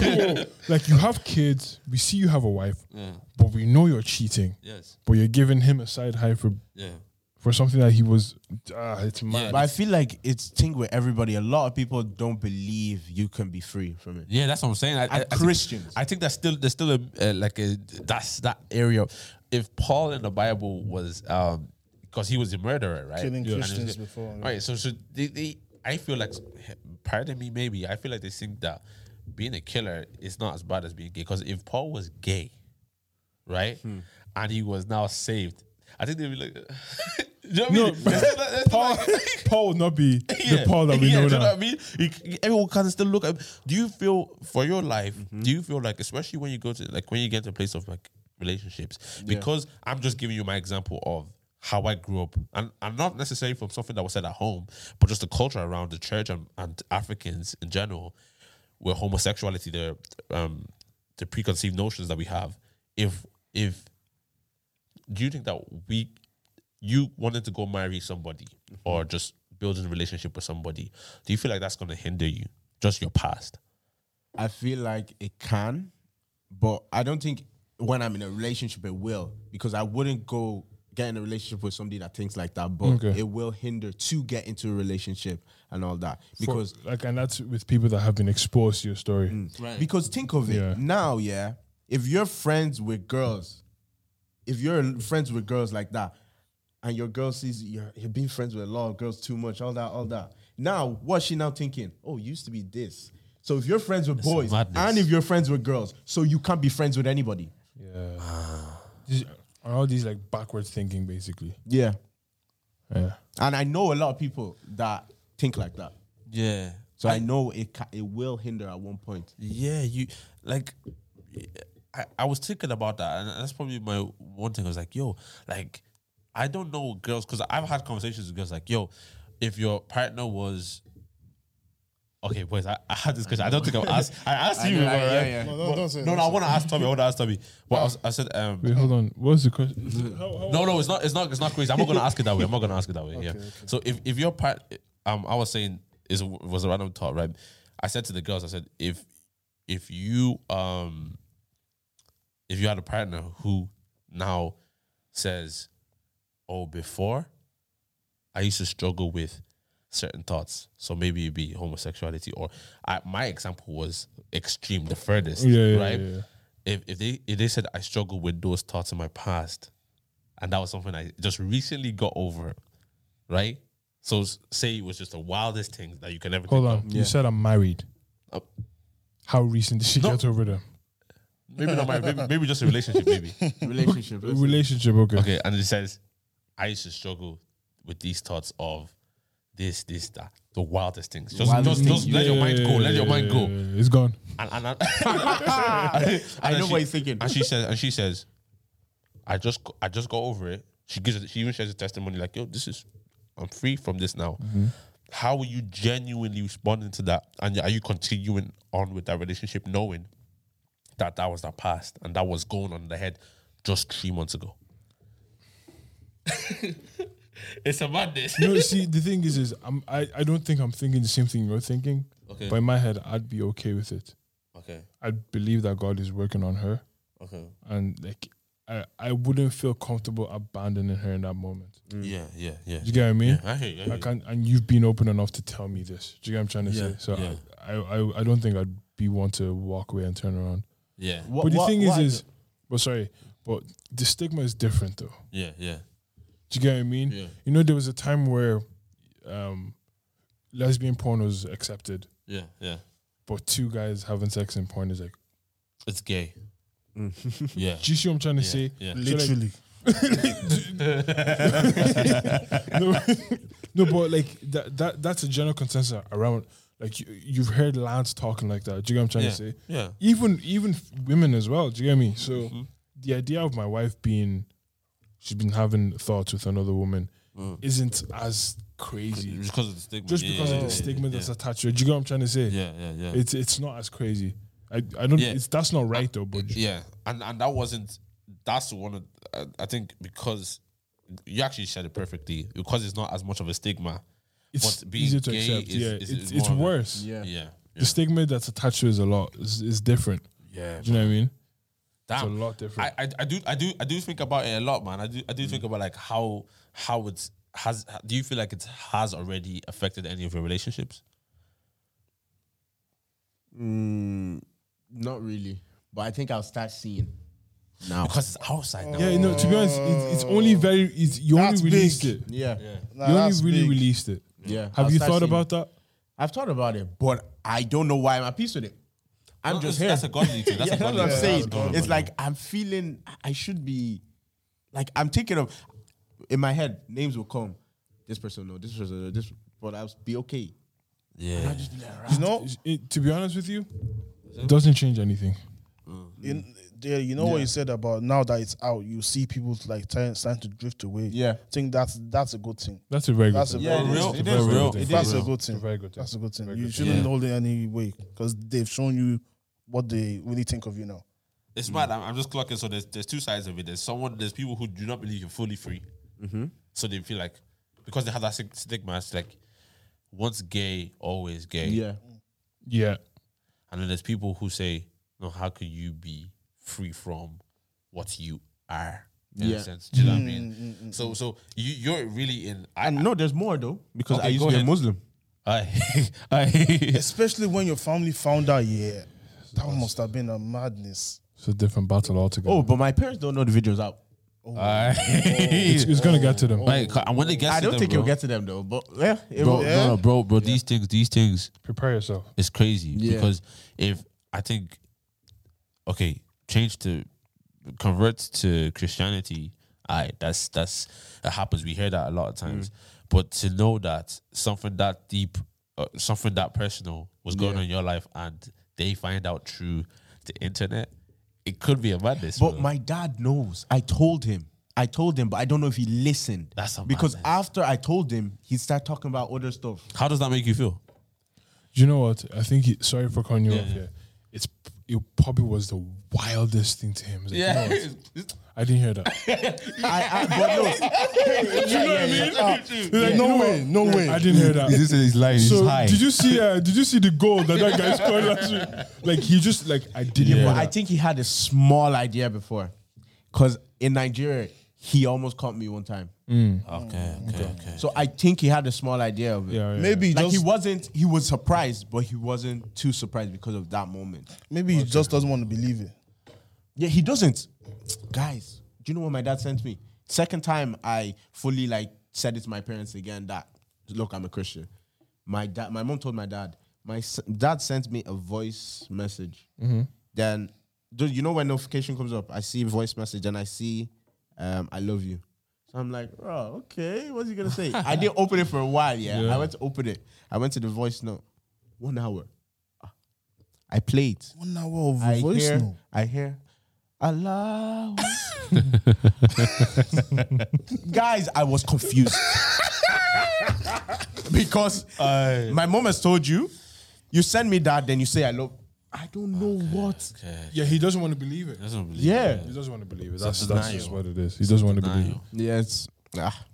Speaker 3: sorry.
Speaker 2: Whoa. (laughs) like you have kids. We see you have a wife, but we know you're cheating.
Speaker 3: yes.
Speaker 2: But you're giving him a side high for
Speaker 3: Yeah.
Speaker 2: for something that he was. Ah, it's mad.
Speaker 4: But I feel like it's thing with everybody. A lot of people don't believe you can be free from it.
Speaker 3: Yeah, that's what I'm saying. I, I-
Speaker 4: And
Speaker 3: I think-
Speaker 4: Christians.
Speaker 3: I think that's still there's still a uh, like a that's that area. If Paul in the Bible was um because he was a murderer, right?
Speaker 1: Killing
Speaker 3: And
Speaker 1: Christians
Speaker 3: it was-
Speaker 1: before, yeah.
Speaker 3: Right. So so they, they I feel like pardon me maybe I feel like they think that being a killer is not as bad as being gay because if Paul was gay, right,
Speaker 1: Hmm.
Speaker 3: and he was now saved, I think they'd be like. (laughs) Do you
Speaker 1: (laughs)
Speaker 3: know what I
Speaker 2: No,
Speaker 3: mean?
Speaker 2: but
Speaker 3: That's not- that's (laughs)
Speaker 2: Paul,
Speaker 3: not-
Speaker 2: Paul would not
Speaker 3: (laughs)
Speaker 2: be the
Speaker 3: yeah.
Speaker 2: Paul that we
Speaker 3: yeah,
Speaker 2: know
Speaker 3: do you know
Speaker 2: now.
Speaker 3: what I mean? You c- everyone can still look at. Do you feel for your life? Do you feel like, especially when you go to like when you get to a place of like relationships? Because I'm just giving you my example of how I grew up, and and not necessarily from something that was said at home, but just the culture around the church and, and Africans in general, where homosexuality, the um, the preconceived notions that we have. If if do you think that we you wanted to go marry somebody or just building a relationship with somebody do you feel like that's going to hinder you just your past
Speaker 4: I feel like it can, but I don't think when I'm in a relationship it will because I wouldn't go get in a relationship with somebody that thinks like that. But
Speaker 2: Okay.
Speaker 4: it will hinder to get into a relationship and all that
Speaker 2: For-
Speaker 4: because
Speaker 2: like, and that's with people that have been exposed to your story.
Speaker 3: Mm.
Speaker 4: because think of it
Speaker 2: Yeah.
Speaker 4: now, yeah. If you're friends with girls, if you're friends with girls like that, and your girl sees you're, you're being friends with a lot of girls too much, all that, all that. Now, what's she now thinking? Oh, it used to be this. So if you're friends with boys
Speaker 3: madness.
Speaker 4: and if you're friends with girls, so you can't be friends with anybody.
Speaker 2: Yeah. These are all these like backward thinking, basically.
Speaker 4: Yeah.
Speaker 2: Yeah.
Speaker 4: And I know a lot of people that think like that.
Speaker 3: yeah
Speaker 4: So I, know it ca- it will hinder at one point.
Speaker 3: yeah you like I, I was thinking about that and that's probably my one thing i was like yo like i don't know girls because i've had conversations with girls like yo if your partner was okay boys i, I had this question i don't think i've asked i asked you
Speaker 4: know,
Speaker 3: before,
Speaker 4: yeah,
Speaker 3: right?
Speaker 4: yeah.
Speaker 1: No, don't- don't say it,
Speaker 3: no, no,
Speaker 1: don't
Speaker 3: i
Speaker 1: say it.
Speaker 3: want to ask tommy i want to ask tommy but I, was, I said um
Speaker 2: Wait, hold on. What was the question?
Speaker 3: No, no, it's not. It's not. It's not crazy. I'm not gonna ask it that way. I'm not gonna ask it that way. yeah. So if if your part, um, I was saying is it was a random thought, right? I said to the girls, I said if if you um if you had a partner who now says, oh, before I used to struggle with certain thoughts, so maybe it'd be homosexuality, or I, my example was extreme, the furthest,
Speaker 2: Yeah, yeah,
Speaker 3: right?
Speaker 2: yeah, yeah.
Speaker 3: If if they if they said I struggle with those thoughts in my past, and that was something I just recently got over, right? So s- say it was just the wildest thing that you can ever
Speaker 2: Hold
Speaker 3: think
Speaker 2: on. You said I'm married.
Speaker 3: Uh,
Speaker 2: How recent did she get over them?
Speaker 3: of. Maybe not my maybe, maybe just a relationship,
Speaker 2: (laughs)
Speaker 3: maybe.
Speaker 4: Relationship.
Speaker 2: Relationship, okay.
Speaker 3: Okay, and it says, I used to struggle with these thoughts of this, this, that, the wildest things. Just,
Speaker 4: wildest
Speaker 3: just,
Speaker 4: things.
Speaker 3: just let your mind go. Let your mind go.
Speaker 2: Yeah, It's gone.
Speaker 3: And, and, (laughs) and, I,
Speaker 4: I know what you're thinking.
Speaker 3: And she says, and she says, I just, I just got over it. She gives, she even shares a testimony like, yo, this is, I'm free from this now.
Speaker 2: Mm-hmm.
Speaker 3: How are you genuinely responding to that? And are you continuing on with that relationship, knowing that that was the past and that was going on in the head just three months ago? it's a madness.
Speaker 2: No, see, the thing is, is I'm, I, I don't think I'm thinking the same thing you're thinking.
Speaker 3: Okay.
Speaker 2: But in my head, I'd be okay with it.
Speaker 3: Okay.
Speaker 2: I believe that God is working on her,
Speaker 3: Okay.
Speaker 2: and like, I, I wouldn't feel comfortable abandoning her in that moment.
Speaker 3: Yeah. Yeah. Yeah.
Speaker 2: Do Mm. you get what I mean?
Speaker 3: I hear you. I hear
Speaker 2: I
Speaker 3: you.
Speaker 2: can't, and you've been open enough to tell me this. Do you get what I'm trying to say? So
Speaker 3: yeah.
Speaker 2: I, I, I don't think I'd be one to walk away and turn around.
Speaker 3: Yeah.
Speaker 4: What-
Speaker 2: but the
Speaker 4: what-
Speaker 2: thing is,
Speaker 4: what-
Speaker 2: is, well, sorry, but the stigma is different though.
Speaker 3: Yeah. Yeah.
Speaker 2: Do you get what I mean?
Speaker 3: Yeah.
Speaker 2: You know, there was a time where um, lesbian porn was accepted,
Speaker 3: Yeah. Yeah.
Speaker 2: but two guys having sex in porn is like,
Speaker 3: It's gay.
Speaker 2: Mm. (laughs)
Speaker 3: yeah.
Speaker 2: do you see what I'm trying to say?
Speaker 3: yeah.
Speaker 2: So, like,
Speaker 1: Literally.
Speaker 2: no, no, but like that, that that's a general consensus around. Like you, you've heard lads talking like that. Do you get what I'm trying to say?
Speaker 3: Yeah. Mm-hmm.
Speaker 2: Even even women as well. Do you get me? So the idea of
Speaker 3: Mm.
Speaker 2: my wife being, she's been having thoughts with another woman, isn't as crazy.
Speaker 3: Just because of the stigma.
Speaker 2: Just
Speaker 3: Yeah,
Speaker 2: because
Speaker 3: yeah,
Speaker 2: of the
Speaker 3: yeah,
Speaker 2: stigma
Speaker 3: yeah,
Speaker 2: that's attached to it. Do you get what I'm trying to say?
Speaker 3: Yeah, yeah, yeah.
Speaker 2: It's it's not as crazy. I, I don't.
Speaker 3: Yeah.
Speaker 2: It's that's not right though. But
Speaker 3: Yeah, and and that wasn't. That's one of. I- I think because you actually said it perfectly. Because it's not as much of a stigma.
Speaker 2: it's
Speaker 3: but being
Speaker 2: easier to
Speaker 3: gay
Speaker 2: accept.
Speaker 3: is-
Speaker 2: yeah,
Speaker 3: is-
Speaker 2: it's
Speaker 3: is
Speaker 2: it's
Speaker 3: more of a-
Speaker 2: worse.
Speaker 4: Yeah.
Speaker 3: Yeah.
Speaker 2: The stigma that's attached to it is a lot. Is is different.
Speaker 3: Yeah.
Speaker 2: Do you know what I mean?
Speaker 3: Damn.
Speaker 2: It's a lot different. Mm.
Speaker 3: I, I I do I do I do think about it a lot, man. I do I do think about like how how it's has. Do you feel like it has already affected any of your relationships?
Speaker 4: Mm, not really, but I think I'll start seeing now.
Speaker 3: Because it's outside now.
Speaker 2: Oh. Yeah, no. To be honest, it's, it's only very. It's, you only
Speaker 1: Oh. That's big.
Speaker 2: released it.
Speaker 4: (laughs) Yeah, yeah.
Speaker 1: Nah,
Speaker 2: you only
Speaker 1: that's
Speaker 2: really
Speaker 1: big.
Speaker 2: released it. Have
Speaker 4: I'll
Speaker 2: you
Speaker 4: start
Speaker 2: thought
Speaker 4: seeing
Speaker 2: about
Speaker 4: it.
Speaker 2: that?
Speaker 4: I've thought about it, but I don't know why I'm at peace with it. I'm
Speaker 3: No,
Speaker 4: just
Speaker 3: that's-
Speaker 4: here.
Speaker 3: that's a godly
Speaker 2: (laughs)
Speaker 3: thing. That's
Speaker 4: yeah,
Speaker 3: a godly
Speaker 4: what I'm
Speaker 3: thing.
Speaker 4: saying.
Speaker 3: That's godly.
Speaker 4: It's like I'm feeling I- I should be, like I'm thinking of, in my head names will come. This person no, this person no, this, but I'll be okay.
Speaker 3: Yeah.
Speaker 1: You know,
Speaker 2: It- to be honest with you, it doesn't change anything.
Speaker 1: in, yeah, you know what you said about now that it's out, you see people like trying, starting to drift away.
Speaker 4: Yeah.
Speaker 1: I think that's that's a good thing.
Speaker 2: That's a very good.
Speaker 1: That's a
Speaker 2: thing.
Speaker 1: very
Speaker 4: it
Speaker 1: good
Speaker 4: is,
Speaker 1: thing.
Speaker 4: it
Speaker 2: is,
Speaker 4: real.
Speaker 2: it is.
Speaker 1: That's a
Speaker 4: real.
Speaker 1: good
Speaker 2: a
Speaker 1: thing.
Speaker 2: very good thing.
Speaker 1: That's a good thing.
Speaker 2: Very
Speaker 1: You
Speaker 2: good
Speaker 1: shouldn't
Speaker 3: Yeah.
Speaker 1: hold it any way because they've shown you what they really think of you now.
Speaker 3: It's
Speaker 4: Mm.
Speaker 3: mad. I'm, I'm just clocking. So there's there's two sides of it. There's someone. There's people who do not believe you're fully free.
Speaker 4: Mm-hmm.
Speaker 3: So they feel like because they have that stig- stigma, it's like once gay, always gay.
Speaker 4: Yeah,
Speaker 2: Yeah.
Speaker 3: And then there's people who say, "No, how could you be free from what you are?" In a
Speaker 4: Yeah.
Speaker 3: sense, do you know what I mean? So so you you're really in. I
Speaker 4: and no, there's more though because
Speaker 3: Okay,
Speaker 4: I used to
Speaker 3: go
Speaker 4: be a
Speaker 3: ahead.
Speaker 4: Muslim.
Speaker 3: I (laughs) I
Speaker 1: Especially when your family found out, yeah, that must have been a madness.
Speaker 2: It's a different battle altogether.
Speaker 4: Oh, but my parents don't know the videos out.
Speaker 1: Oh.
Speaker 2: it's, it's gonna get to them.
Speaker 3: Like, and when they get,
Speaker 4: I
Speaker 3: to
Speaker 4: don't
Speaker 3: them,
Speaker 4: think
Speaker 3: bro,
Speaker 4: you'll get to them though. But yeah, it
Speaker 3: Bro,
Speaker 4: will-
Speaker 3: no, no, bro, bro. These things, these things.
Speaker 2: Prepare yourself.
Speaker 3: It's crazy
Speaker 4: Yeah.
Speaker 3: because if I think, okay, change to convert to Christianity. I that's that's that happens. We hear that a lot of times,
Speaker 4: Mm.
Speaker 3: but to know that something that deep, uh, something that personal was going on in your life, and they find out through the internet, it could be a madness.
Speaker 4: But
Speaker 3: bro.
Speaker 4: my dad knows. I told him. I told him, but I don't know if he listened.
Speaker 3: That's a
Speaker 4: because
Speaker 3: madness.
Speaker 4: after I told him, he started talking about other stuff.
Speaker 3: how does that make you feel?
Speaker 2: Do you know what? I think. He, sorry for calling you off
Speaker 3: yeah.
Speaker 2: here. It's it probably was the wildest thing to him. He's like, you know
Speaker 3: (laughs)
Speaker 2: what? I didn't hear that.
Speaker 4: I, I, but no, you know what I mean.
Speaker 2: Like, no way, no way. I didn't hear that.
Speaker 5: is lying.
Speaker 2: so did you see? Uh, did you see the goal that that guy scored
Speaker 3: (laughs)
Speaker 2: last week? Like he just like I didn't. Hear
Speaker 4: But I
Speaker 2: that.
Speaker 4: think he had a small idea before, because in Nigeria he almost caught me one time.
Speaker 2: Mm.
Speaker 3: Okay, okay, okay.
Speaker 4: So I think he had a small idea of it.
Speaker 2: yeah, yeah.
Speaker 1: Maybe he
Speaker 4: Like
Speaker 1: just
Speaker 4: he wasn't, he was surprised, but he wasn't too surprised because of that moment.
Speaker 1: maybe he just doesn't want to believe it.
Speaker 4: Yeah, he doesn't. Guys, do you know what my dad sent me? Second time I fully like said it to my parents again that look, I'm a Christian. My dad, my mom told my dad. My s- dad sent me a voice message. Then, do you know when notification comes up? I see voice message and I see, um, I love you. So I'm like, oh, okay. What's he gonna say? I didn't open it for a while. Yeah? I went to open it. I went to the voice note. One hour. Ah. I played.
Speaker 1: One hour of
Speaker 4: I
Speaker 1: voice
Speaker 4: hear,
Speaker 1: note.
Speaker 4: I hear,
Speaker 3: (laughs)
Speaker 4: Allah. Guys, I was
Speaker 3: (laughs)
Speaker 4: confused because my mom has told you, you send me that, then you say I love. I don't know
Speaker 3: Ah,
Speaker 4: what.
Speaker 2: yeah, he doesn't want to believe it.
Speaker 3: Doesn't believe
Speaker 4: Yeah,
Speaker 2: He doesn't want to believe it. That's
Speaker 3: denial.
Speaker 2: that's just what it is. He doesn't want to believe it.
Speaker 3: denial.
Speaker 4: yes. Ah.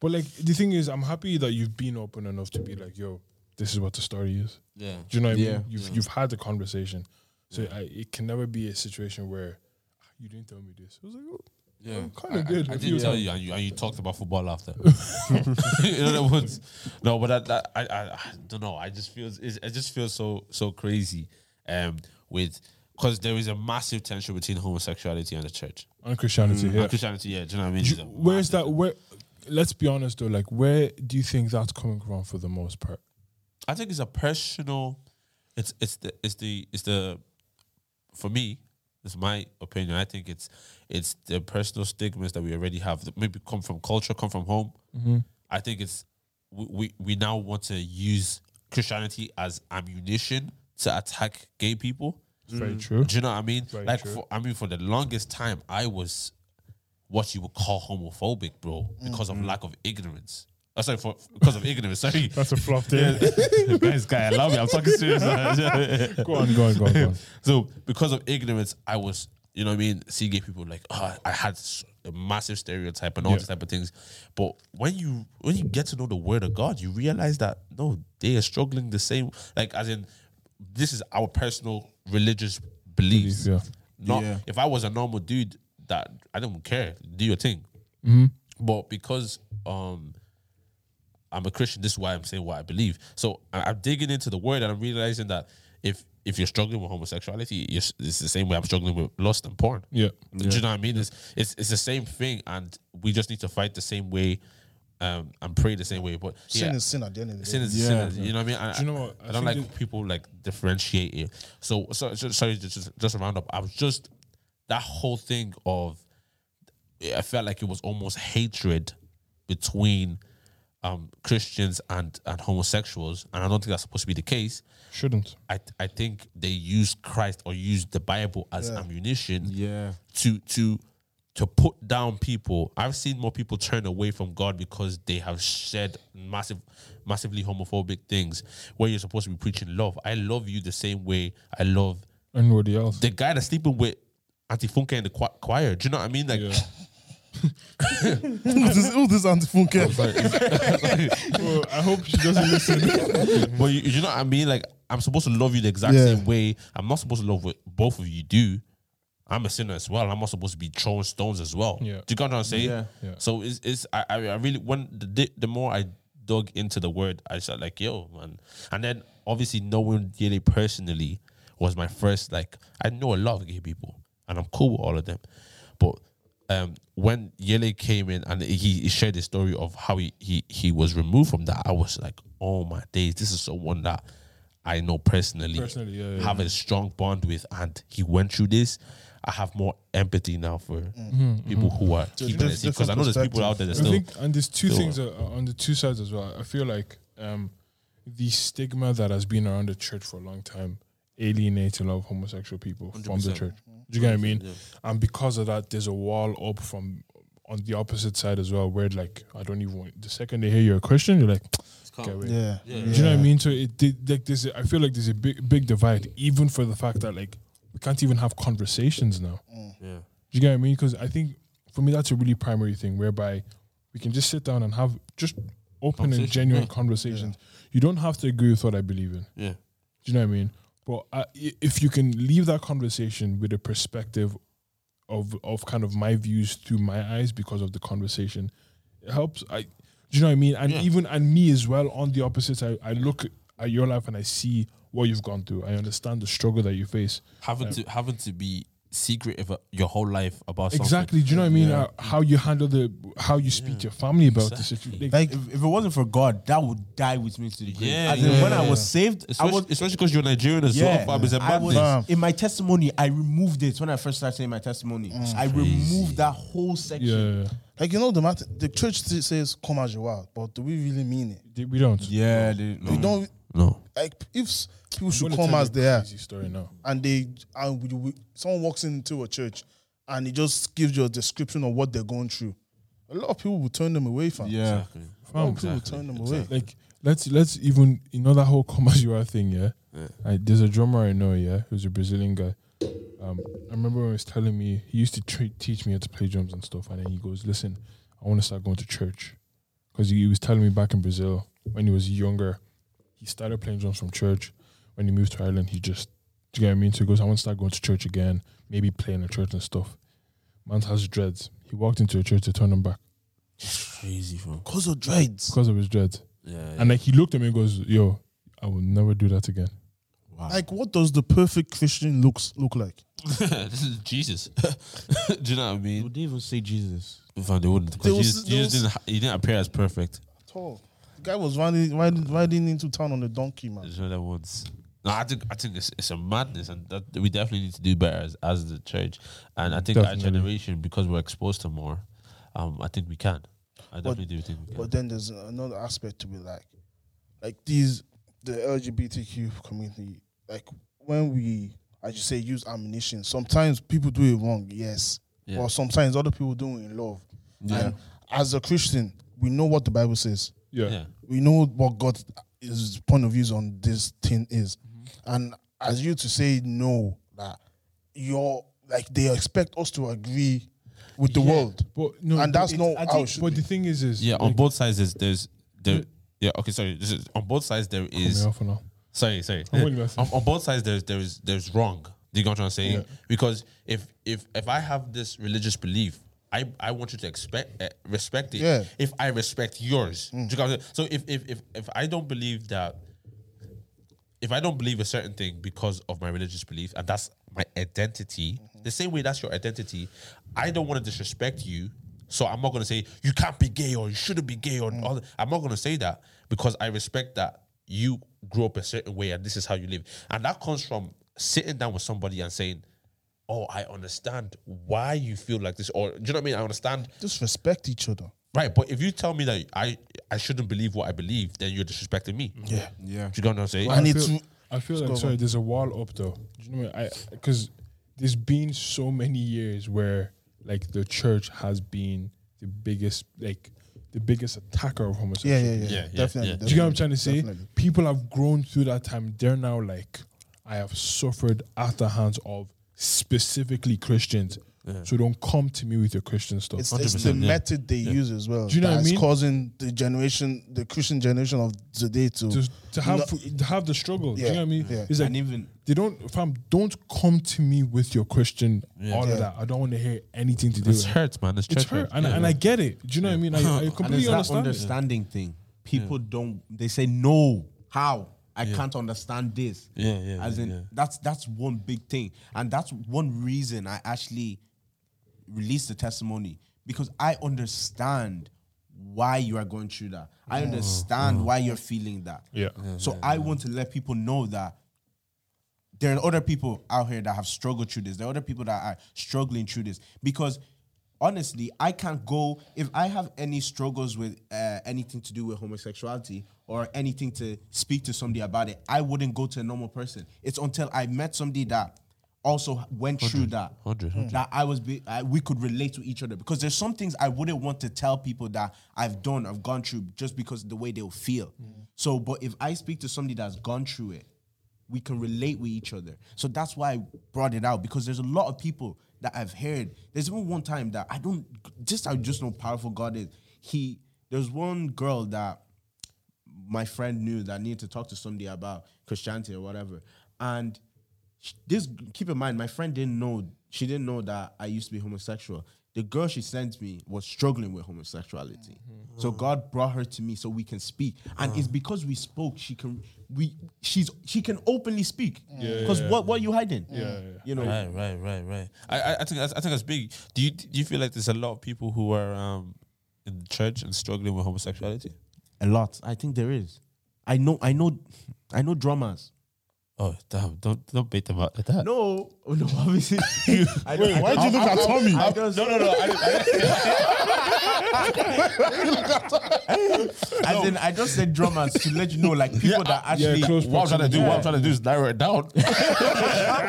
Speaker 2: But like the thing is, I'm happy that you've been open enough to be like, yo, this is what the story is.
Speaker 3: Yeah.
Speaker 2: Do you know what I
Speaker 4: Yeah.
Speaker 2: mean? You've you've had the conversation, so I, it can never be a situation where "Ah, you didn't tell me this. I was like, oh,
Speaker 3: Yeah,
Speaker 2: kinda
Speaker 3: I-
Speaker 2: did.
Speaker 3: I, I
Speaker 2: If
Speaker 3: did
Speaker 2: you-
Speaker 3: tell you and, you, and you talked about football after. (laughs) you know that was, no, but that, that, I, I, I don't know. I just feel it's- it just feels so so crazy, um, with because there is a massive tension between homosexuality and the church
Speaker 2: on Christianity here.
Speaker 3: and Christianity. Yeah, do you know what I mean? It's Mm, a
Speaker 2: Where's
Speaker 3: massive-
Speaker 2: that? Where? Let's be honest though. Like, where do you think that's coming from for the most part?
Speaker 3: I think it's a personal. It's it's the it's the it's the, for me, it's my opinion. I think it's it's the personal stigmas that we already have that maybe come from culture, come from home.
Speaker 2: Mm-hmm.
Speaker 3: I think it's we, we we now want to use Christianity as ammunition to attack gay people.
Speaker 2: It's
Speaker 3: Mm.
Speaker 2: very true.
Speaker 3: Do you know what I mean?
Speaker 2: Very
Speaker 3: like,
Speaker 2: true.
Speaker 3: for, I mean, for the longest time,
Speaker 2: Mm-hmm.
Speaker 3: I was what you would call homophobic, bro, because of lack of ignorance. I sorry for because of ignorance. Sorry,
Speaker 2: That's
Speaker 3: (laughs)
Speaker 2: a (laughs) flop there.
Speaker 3: guys, guy, allow me. I'm talking serious.
Speaker 2: (laughs) Go on, go on, go on, (laughs) go on.
Speaker 3: so because of ignorance, I was, you know what I mean, seeing gay people like, oh, I had s- a massive stereotype and all
Speaker 2: Yeah.
Speaker 3: these type of things. But when you when you get to know the word of God, you realize that no, they are struggling the same. Like as in, this is our personal religious beliefs.
Speaker 2: Beliefs, yeah.
Speaker 3: Not
Speaker 4: Yeah.
Speaker 3: if I was a normal dude that I don't care, do your thing. But because um I'm a Christian. This is why I'm saying what I believe. So I- I'm digging into the word and I'm realizing that if if you're struggling with homosexuality, you're, s- it's the same way I'm struggling with lust and porn.
Speaker 2: Yeah.
Speaker 3: Do you know what I mean? It's, it's it's the same thing, and we just need to fight the same way, um, and pray the same way. But
Speaker 1: Sin
Speaker 3: yeah,
Speaker 1: is sin at the end of the day.
Speaker 3: sin is
Speaker 4: Yeah.
Speaker 3: sin. Is, you know what I mean? And
Speaker 2: Do you know what?
Speaker 3: I,
Speaker 2: I
Speaker 3: don't like
Speaker 2: think
Speaker 3: people like differentiate it. So, so, so sorry, just just- just a round up. I was just that whole thing of I felt like it was almost hatred between um, Christians and and homosexuals, and I don't think that's supposed to be the case.
Speaker 2: Shouldn't.
Speaker 3: I I think they used Christ or used the Bible as ammunition
Speaker 4: Yeah.
Speaker 3: to to to put down people. I've seen more people turn away from God because they have said massive, massively homophobic things. Where you're supposed to be preaching love. I love you the same way I love
Speaker 2: Anybody else?
Speaker 3: the guy that's sleeping with Auntie Funke in the cho- choir. Do you know what I mean? Like,
Speaker 2: Yeah.
Speaker 1: who's this, who's this Auntie Funke?
Speaker 2: well, I hope
Speaker 4: (laughs)
Speaker 2: she doesn't listen.
Speaker 3: (laughs) but you, you know what I mean? Like, I'm supposed to love you the exact
Speaker 1: Yeah.
Speaker 3: same way. I'm not supposed to love what both of you do. I'm a sinner as well. I'm not supposed to be throwing stones as well.
Speaker 2: Yeah.
Speaker 3: Do you get what I'm saying?
Speaker 4: Yeah.
Speaker 2: Yeah.
Speaker 3: So it's, it's I, I I really when the di- the more I dug into the word, I said like, yo, man. And then obviously knowing Yele personally was my first like I know a lot of gay people and I'm cool with all of them. But um when Yele came in and he, he shared the story of how he, he he was removed from that, I was like, oh my days, this is someone that I know personally,
Speaker 2: Personally, yeah, yeah,
Speaker 3: have a strong bond with, and he went through this. I have more empathy now for
Speaker 2: Mm-hmm,
Speaker 3: people who are keeping
Speaker 1: diff-
Speaker 3: it because I know there's
Speaker 1: different
Speaker 3: people out there that
Speaker 2: I
Speaker 3: still.
Speaker 2: think, and there's two
Speaker 3: still-
Speaker 2: things uh, on the two sides as well. I feel like um, the stigma that has been around the church for a long time alienates a lot of homosexual people from the
Speaker 3: 100%.
Speaker 2: church. Do you get what I mean? And because of that, there's a wall up from on the opposite side as well, where like I don't even want. The second they hear you're a Christian, you're like, get away.
Speaker 1: Yeah.
Speaker 2: Do you know what I mean? So it did like this. I feel like there's a big, big divide, even for the fact that like we can't even have conversations now.
Speaker 3: yeah.
Speaker 2: Do you get what I mean? Because I think for me that's a really primary thing whereby we can just sit down and have just open and
Speaker 3: Conversation,
Speaker 2: genuine conversations. You don't have to agree with what I believe in.
Speaker 3: Yeah.
Speaker 2: Do you know what I mean? But I, i- if you can leave that conversation with a perspective of of kind of my views through my eyes because of the conversation, it helps. I, do you know what I mean? And
Speaker 3: Yeah.
Speaker 2: even and me as well on the opposite side. I look at your life and I see what you've gone through. I understand the struggle that you face.
Speaker 3: Having to having to be secretive uh, your whole life about something.
Speaker 2: Exactly. Do you know what I mean? Uh, how you handle the how you speak to your family about the situation.
Speaker 4: Like, if, if it wasn't for God, that would die with me to the grave.
Speaker 3: Yeah,
Speaker 4: As in, when I
Speaker 3: yeah.
Speaker 4: was saved, I
Speaker 3: Especially,
Speaker 4: was.
Speaker 3: especially because you're Nigerian as
Speaker 4: Yeah,
Speaker 3: well. fam, It's a
Speaker 4: I
Speaker 3: madness.
Speaker 4: was, in my testimony, I removed it when I first started saying my testimony.
Speaker 3: Mm.
Speaker 4: I removed that whole section.
Speaker 2: yeah,
Speaker 1: Like you know the matter, the church still says come as you are, but do we really mean it?
Speaker 2: They- we don't.
Speaker 4: Yeah, they,
Speaker 2: Mm.
Speaker 1: We don't
Speaker 3: no.
Speaker 1: like if s- people
Speaker 2: I'm
Speaker 1: should
Speaker 2: gonna
Speaker 1: come
Speaker 2: tell
Speaker 1: as
Speaker 2: you a
Speaker 1: they are,
Speaker 2: Crazy story now.
Speaker 1: and they and we, we, someone walks into a church and it just gives you a description of what they're going through, a lot of people will turn them away from.
Speaker 4: Yeah,
Speaker 1: a lot of people
Speaker 3: Exactly,
Speaker 1: will turn them away.
Speaker 2: Like let's let's even you know that whole come as you are thing. Yeah, Like, there's a drummer I know. Yeah, who's a Brazilian guy. Um, I remember when he was telling me he used to tra- teach me how to play drums and stuff, and then he goes, "Listen, I want to start going to church," because he, he was telling me back in Brazil when he was younger, he started playing drums from church. When he moved to Ireland, he just do you get what I mean? So he goes, I want to start going to church again, maybe playing in church and stuff. Man has dreads. He walked into a church to turn them back
Speaker 3: Crazy, fam.
Speaker 1: Cause of dreads.
Speaker 2: because of his dreads.
Speaker 3: Yeah.
Speaker 2: And like he looked at me and goes, "Yo, I will never do that again."
Speaker 1: Like what does the perfect Christian looks look like?
Speaker 3: (laughs) this is Jesus. (laughs) Do you know what I mean?
Speaker 4: they even say Jesus?
Speaker 3: Fam, they wouldn't. 'cause
Speaker 1: They will
Speaker 3: Jesus,
Speaker 1: s- they will
Speaker 3: Jesus didn't. ha- He didn't appear as perfect.
Speaker 1: At all. The guy was riding, riding riding into town on a donkey, man.
Speaker 3: There's other ones. No, I think I think it's, it's a madness, and that we definitely need to do better as, as the church. And I think our
Speaker 2: Definitely.
Speaker 3: generation, because we're exposed to more, um, I think we can. I definitely do think we can.
Speaker 1: But then there's another aspect to it, like, like these the LGBTQ community. Like when we, as you say, use ammunition. Sometimes people do it wrong, yes,
Speaker 3: Yeah.
Speaker 1: or sometimes other people do it in love.
Speaker 4: Yeah.
Speaker 1: And as a Christian, we know what the Bible says.
Speaker 2: Yeah.
Speaker 3: Yeah.
Speaker 1: we know what God's his point of views on this thing is,
Speaker 3: Mm-hmm.
Speaker 1: and as you to say no that you're like they expect us to agree with the world,
Speaker 2: But no,
Speaker 1: and
Speaker 2: but
Speaker 1: that's
Speaker 2: it-
Speaker 1: not
Speaker 2: I
Speaker 1: how
Speaker 2: think-
Speaker 1: it should
Speaker 2: But
Speaker 1: be.
Speaker 2: the thing is, is
Speaker 3: Yeah,
Speaker 2: like,
Speaker 3: on both sides is there's there. Yeah, okay, sorry. This is on both sides there is
Speaker 2: me off and on.
Speaker 3: sorry, sorry.
Speaker 2: I'm with you, I think.
Speaker 3: on, on both sides there's there's there's wrong. Do you get what I'm saying? Because if if if I have this religious belief, I I want you to expect uh, respect it.
Speaker 1: Yeah.
Speaker 3: If I respect yours, Do you get what I'm saying? so if if if if I don't believe that. If I don't believe a certain thing because of my religious belief, and that's my identity, the same way that's your identity, I don't want to disrespect you. So I'm not going to say you can't be gay or you shouldn't be gay or all that. I'm not going to say that because I respect that you grew up a certain way and this is how you live. And that comes from sitting down with somebody and saying, "Oh, I understand why you feel like this," or do you know what I mean? I understand
Speaker 1: just respect each other.
Speaker 3: Right, but if you tell me that I I shouldn't believe what I believe, then you're disrespecting me. Yeah.
Speaker 4: Yeah.
Speaker 3: Do you know what I'm saying?
Speaker 1: I need
Speaker 2: feel,
Speaker 1: to.
Speaker 2: I feel like sorry, there's a wall up though. Do you know what I because there's been so many years where like the church has been the biggest like the biggest attacker of
Speaker 1: Yeah,
Speaker 2: homosexuality.
Speaker 1: yeah, yeah,
Speaker 3: yeah,
Speaker 1: definitely.
Speaker 3: yeah.
Speaker 2: Do you get what I'm
Speaker 1: definitely,
Speaker 2: trying to say?
Speaker 1: Mm, definitely.
Speaker 2: People have grown through that time. They're now like, I have suffered at the hands of specifically Christians. So don't come to me with your Christian stuff.
Speaker 1: It's, it's the method they use as well.
Speaker 2: Do you know what I
Speaker 1: that's
Speaker 2: mean?
Speaker 1: causing the generation, the Christian generation of today to.
Speaker 2: to, to have
Speaker 1: No-
Speaker 2: to have the struggle. Do
Speaker 1: Yeah,
Speaker 2: you know what I mean?
Speaker 1: yeah.
Speaker 2: It's like
Speaker 4: And even-
Speaker 2: they don't fam don't come to me with your Christian all
Speaker 1: Yeah.
Speaker 2: of that. I don't want to hear anything to do
Speaker 3: It's
Speaker 2: with it.
Speaker 3: hurt, man. It's,
Speaker 2: It's
Speaker 3: church
Speaker 2: hurt.
Speaker 3: hurt.
Speaker 2: And, and I get it. Do you know what I mean? I,
Speaker 4: (laughs)
Speaker 2: I
Speaker 4: And it's
Speaker 2: completely
Speaker 4: that
Speaker 2: understand. it.
Speaker 4: understanding thing. People don't. They say no. How? I can't understand this.
Speaker 3: Yeah, yeah,
Speaker 4: As
Speaker 3: yeah,
Speaker 4: in,
Speaker 3: yeah.
Speaker 4: that's that's one big thing, and that's one reason I actually released the testimony because I understand why you are going through that. I understand why you're feeling that.
Speaker 2: Yeah.
Speaker 4: So I want to let people know that there are other people out here that have struggled through this. There are other people that are struggling through this because honestly, I can't go if I have any struggles with uh, anything to do with homosexuality or anything to speak to somebody about it. I wouldn't go to a normal person. It's until I met somebody that also went through that
Speaker 3: 100, 100.
Speaker 4: that I was be, I, we could relate to each other because there's some things I wouldn't want to tell people that I've done, I've gone through just because of the way they'll feel. So, but if I speak to somebody that's gone through it, we can relate with each other. So that's why I brought it out because there's a lot of people that I've heard. There's even one time that I don't just I just know powerful God is. He there's one girl that my friend knew that I needed to talk to somebody about Christianity or whatever. And sh- this, keep in mind, my friend didn't know, she didn't know that I used to be homosexual. The girl she sent me was struggling with homosexuality. So God brought her to me so we can speak. And it's because we spoke, she can, we, she's, she can openly speak. Because what, what are you hiding? Yeah, You know,
Speaker 3: Right, right, right, right. I, I, I think that's, I think that's big. Do you do you feel like there's a lot of people who are um in the church and struggling with homosexuality?
Speaker 4: a lot. I think there is. I know, I know, I know drummers.
Speaker 3: Oh damn! Don't don't bait them out like that.
Speaker 4: No, oh, no, (laughs) obviously. I don't- I
Speaker 1: Why do you
Speaker 4: don't-
Speaker 1: look at Tommy?
Speaker 4: I just-
Speaker 3: no, no. I,
Speaker 4: (laughs) As in, I just said drummers to let you know, like people that actually.
Speaker 2: yeah, close
Speaker 3: what I'm trying to do, what I'm
Speaker 4: Yeah.
Speaker 3: trying to do, is narrow it down.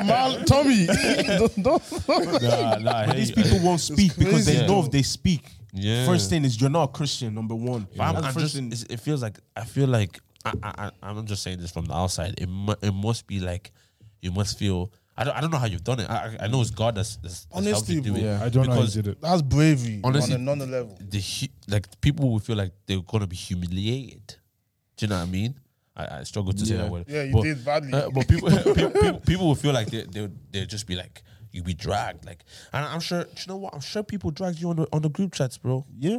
Speaker 1: Man,
Speaker 2: (laughs)
Speaker 1: Tommy, (laughs) don't, don't.
Speaker 3: nah, nah. (laughs) I
Speaker 4: but
Speaker 3: hear
Speaker 4: these
Speaker 3: you.
Speaker 4: people won't speak because they
Speaker 3: crazy.
Speaker 4: know if they speak.
Speaker 3: Yeah.
Speaker 4: First thing is you're not a Christian. Number one.
Speaker 3: But I'm,
Speaker 4: That's
Speaker 3: I'm
Speaker 4: first
Speaker 3: just,
Speaker 4: thing.
Speaker 3: it's- it feels like I feel like I, I, I, I'm just saying this from the outside. It, mu- it must be like you must feel. I don't, I don't know how you've done it. I, I- I know it's God that's, that's that's helped
Speaker 1: Honestly,
Speaker 3: you do
Speaker 1: bro.
Speaker 3: it.
Speaker 1: Yeah,
Speaker 2: I don't know how you
Speaker 3: because
Speaker 2: did it.
Speaker 1: That's bravery
Speaker 3: Honestly-
Speaker 1: on another level.
Speaker 3: The hu- like people will feel like they're gonna be humiliated. Do you know what I mean? I, I struggle to say that word.
Speaker 1: Yeah, you did badly.
Speaker 3: uh, but people, (laughs) people, people- people will feel like they they they'll just be like you be dragged like, and I'm sure. Do you know what? I'm sure people dragged you on the on the group chats, bro.
Speaker 4: yeah.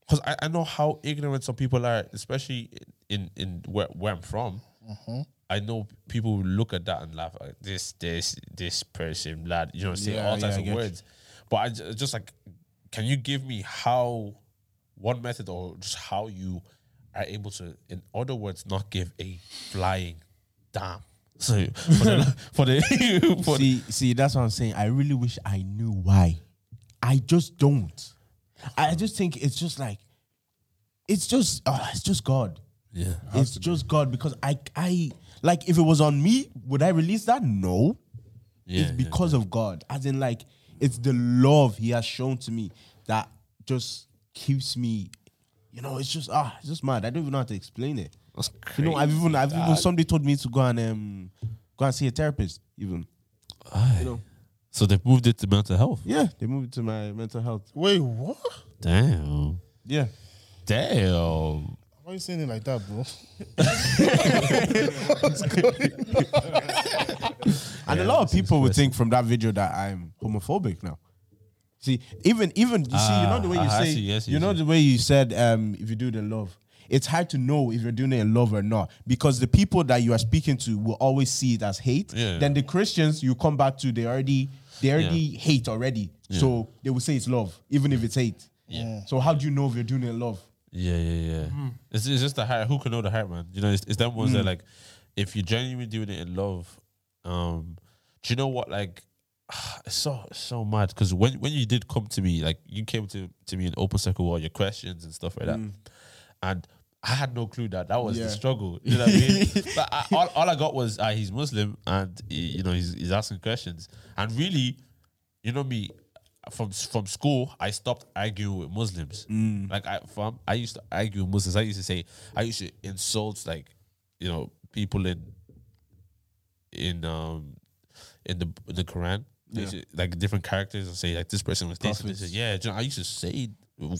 Speaker 3: because I, I know how ignorant some people are, especially in in where, where I'm from.
Speaker 4: Mm-hmm.
Speaker 3: I know people will look at that and laugh at this this this person, lad. You know, say
Speaker 4: Yeah,
Speaker 3: all
Speaker 4: yeah,
Speaker 3: types
Speaker 4: I get
Speaker 3: of words. But I ju- just like, can you give me how one method or just how you are able to, in other words, not give a flying damn. So (laughs) for the for the, (laughs) for the
Speaker 4: See, see, that's what I'm saying. I really wish I knew why. I just don't. I just think it's just like, it's just, uh, it's just God.
Speaker 3: yeah.
Speaker 4: It's just God because I, I like if it was on me, would I release that? No.
Speaker 3: Yeah,
Speaker 4: it's
Speaker 3: yeah,
Speaker 4: because of God. As in, like, it's the love He has shown to me that just keeps me You know, it's just ah, it's just mad. I don't even know how to explain it.
Speaker 5: That's
Speaker 4: You
Speaker 5: crazy.
Speaker 4: know, I've even I've even somebody told me to go and um go and see a therapist. Even you know,
Speaker 3: So they've moved it to mental health.
Speaker 4: yeah, they moved to my mental health.
Speaker 1: Wait, what?
Speaker 3: Damn.
Speaker 4: Yeah,
Speaker 3: Damn.
Speaker 1: Why are you saying it like that, bro?
Speaker 4: and a lot of people would think from that video that I'm homophobic now. See, even even you see, you know the way you
Speaker 3: Ah, I
Speaker 4: say,
Speaker 3: see, yes,
Speaker 4: you
Speaker 3: yes,
Speaker 4: know
Speaker 3: yes.
Speaker 4: the way you said, um, if you do it in love, it's hard to know if you're doing it in love or not because the people that you are speaking to will always see it as hate.
Speaker 3: Yeah.
Speaker 4: Then the Christians you come back to, they already they already hate already, so they will say it's love even if it's hate.
Speaker 1: Mm.
Speaker 3: Yeah.
Speaker 4: So how do you know if you're doing it in love?
Speaker 3: Yeah, yeah, yeah. It's, it's just the heart. Who can know the heart, man? You know, it's, it's them ones that like, if you're genuinely doing it in love, um, do you know what? Like, (sighs) it's so it's so mad because when when you did come to me, like you came to to me in open circle with all your questions and stuff like that, and. I had no clue that that was
Speaker 4: Yeah.
Speaker 3: the struggle. You know what I mean? but I, all, all I got was uh, he's Muslim and he- you know he's, he's asking questions. And really, you know me from from school i stopped arguing with muslims like i from i used to argue with muslims i used to say i used to insult like you know people in in um in the the quran I used to- like different characters and say like this person was this and this and- yeah do you know, i used to say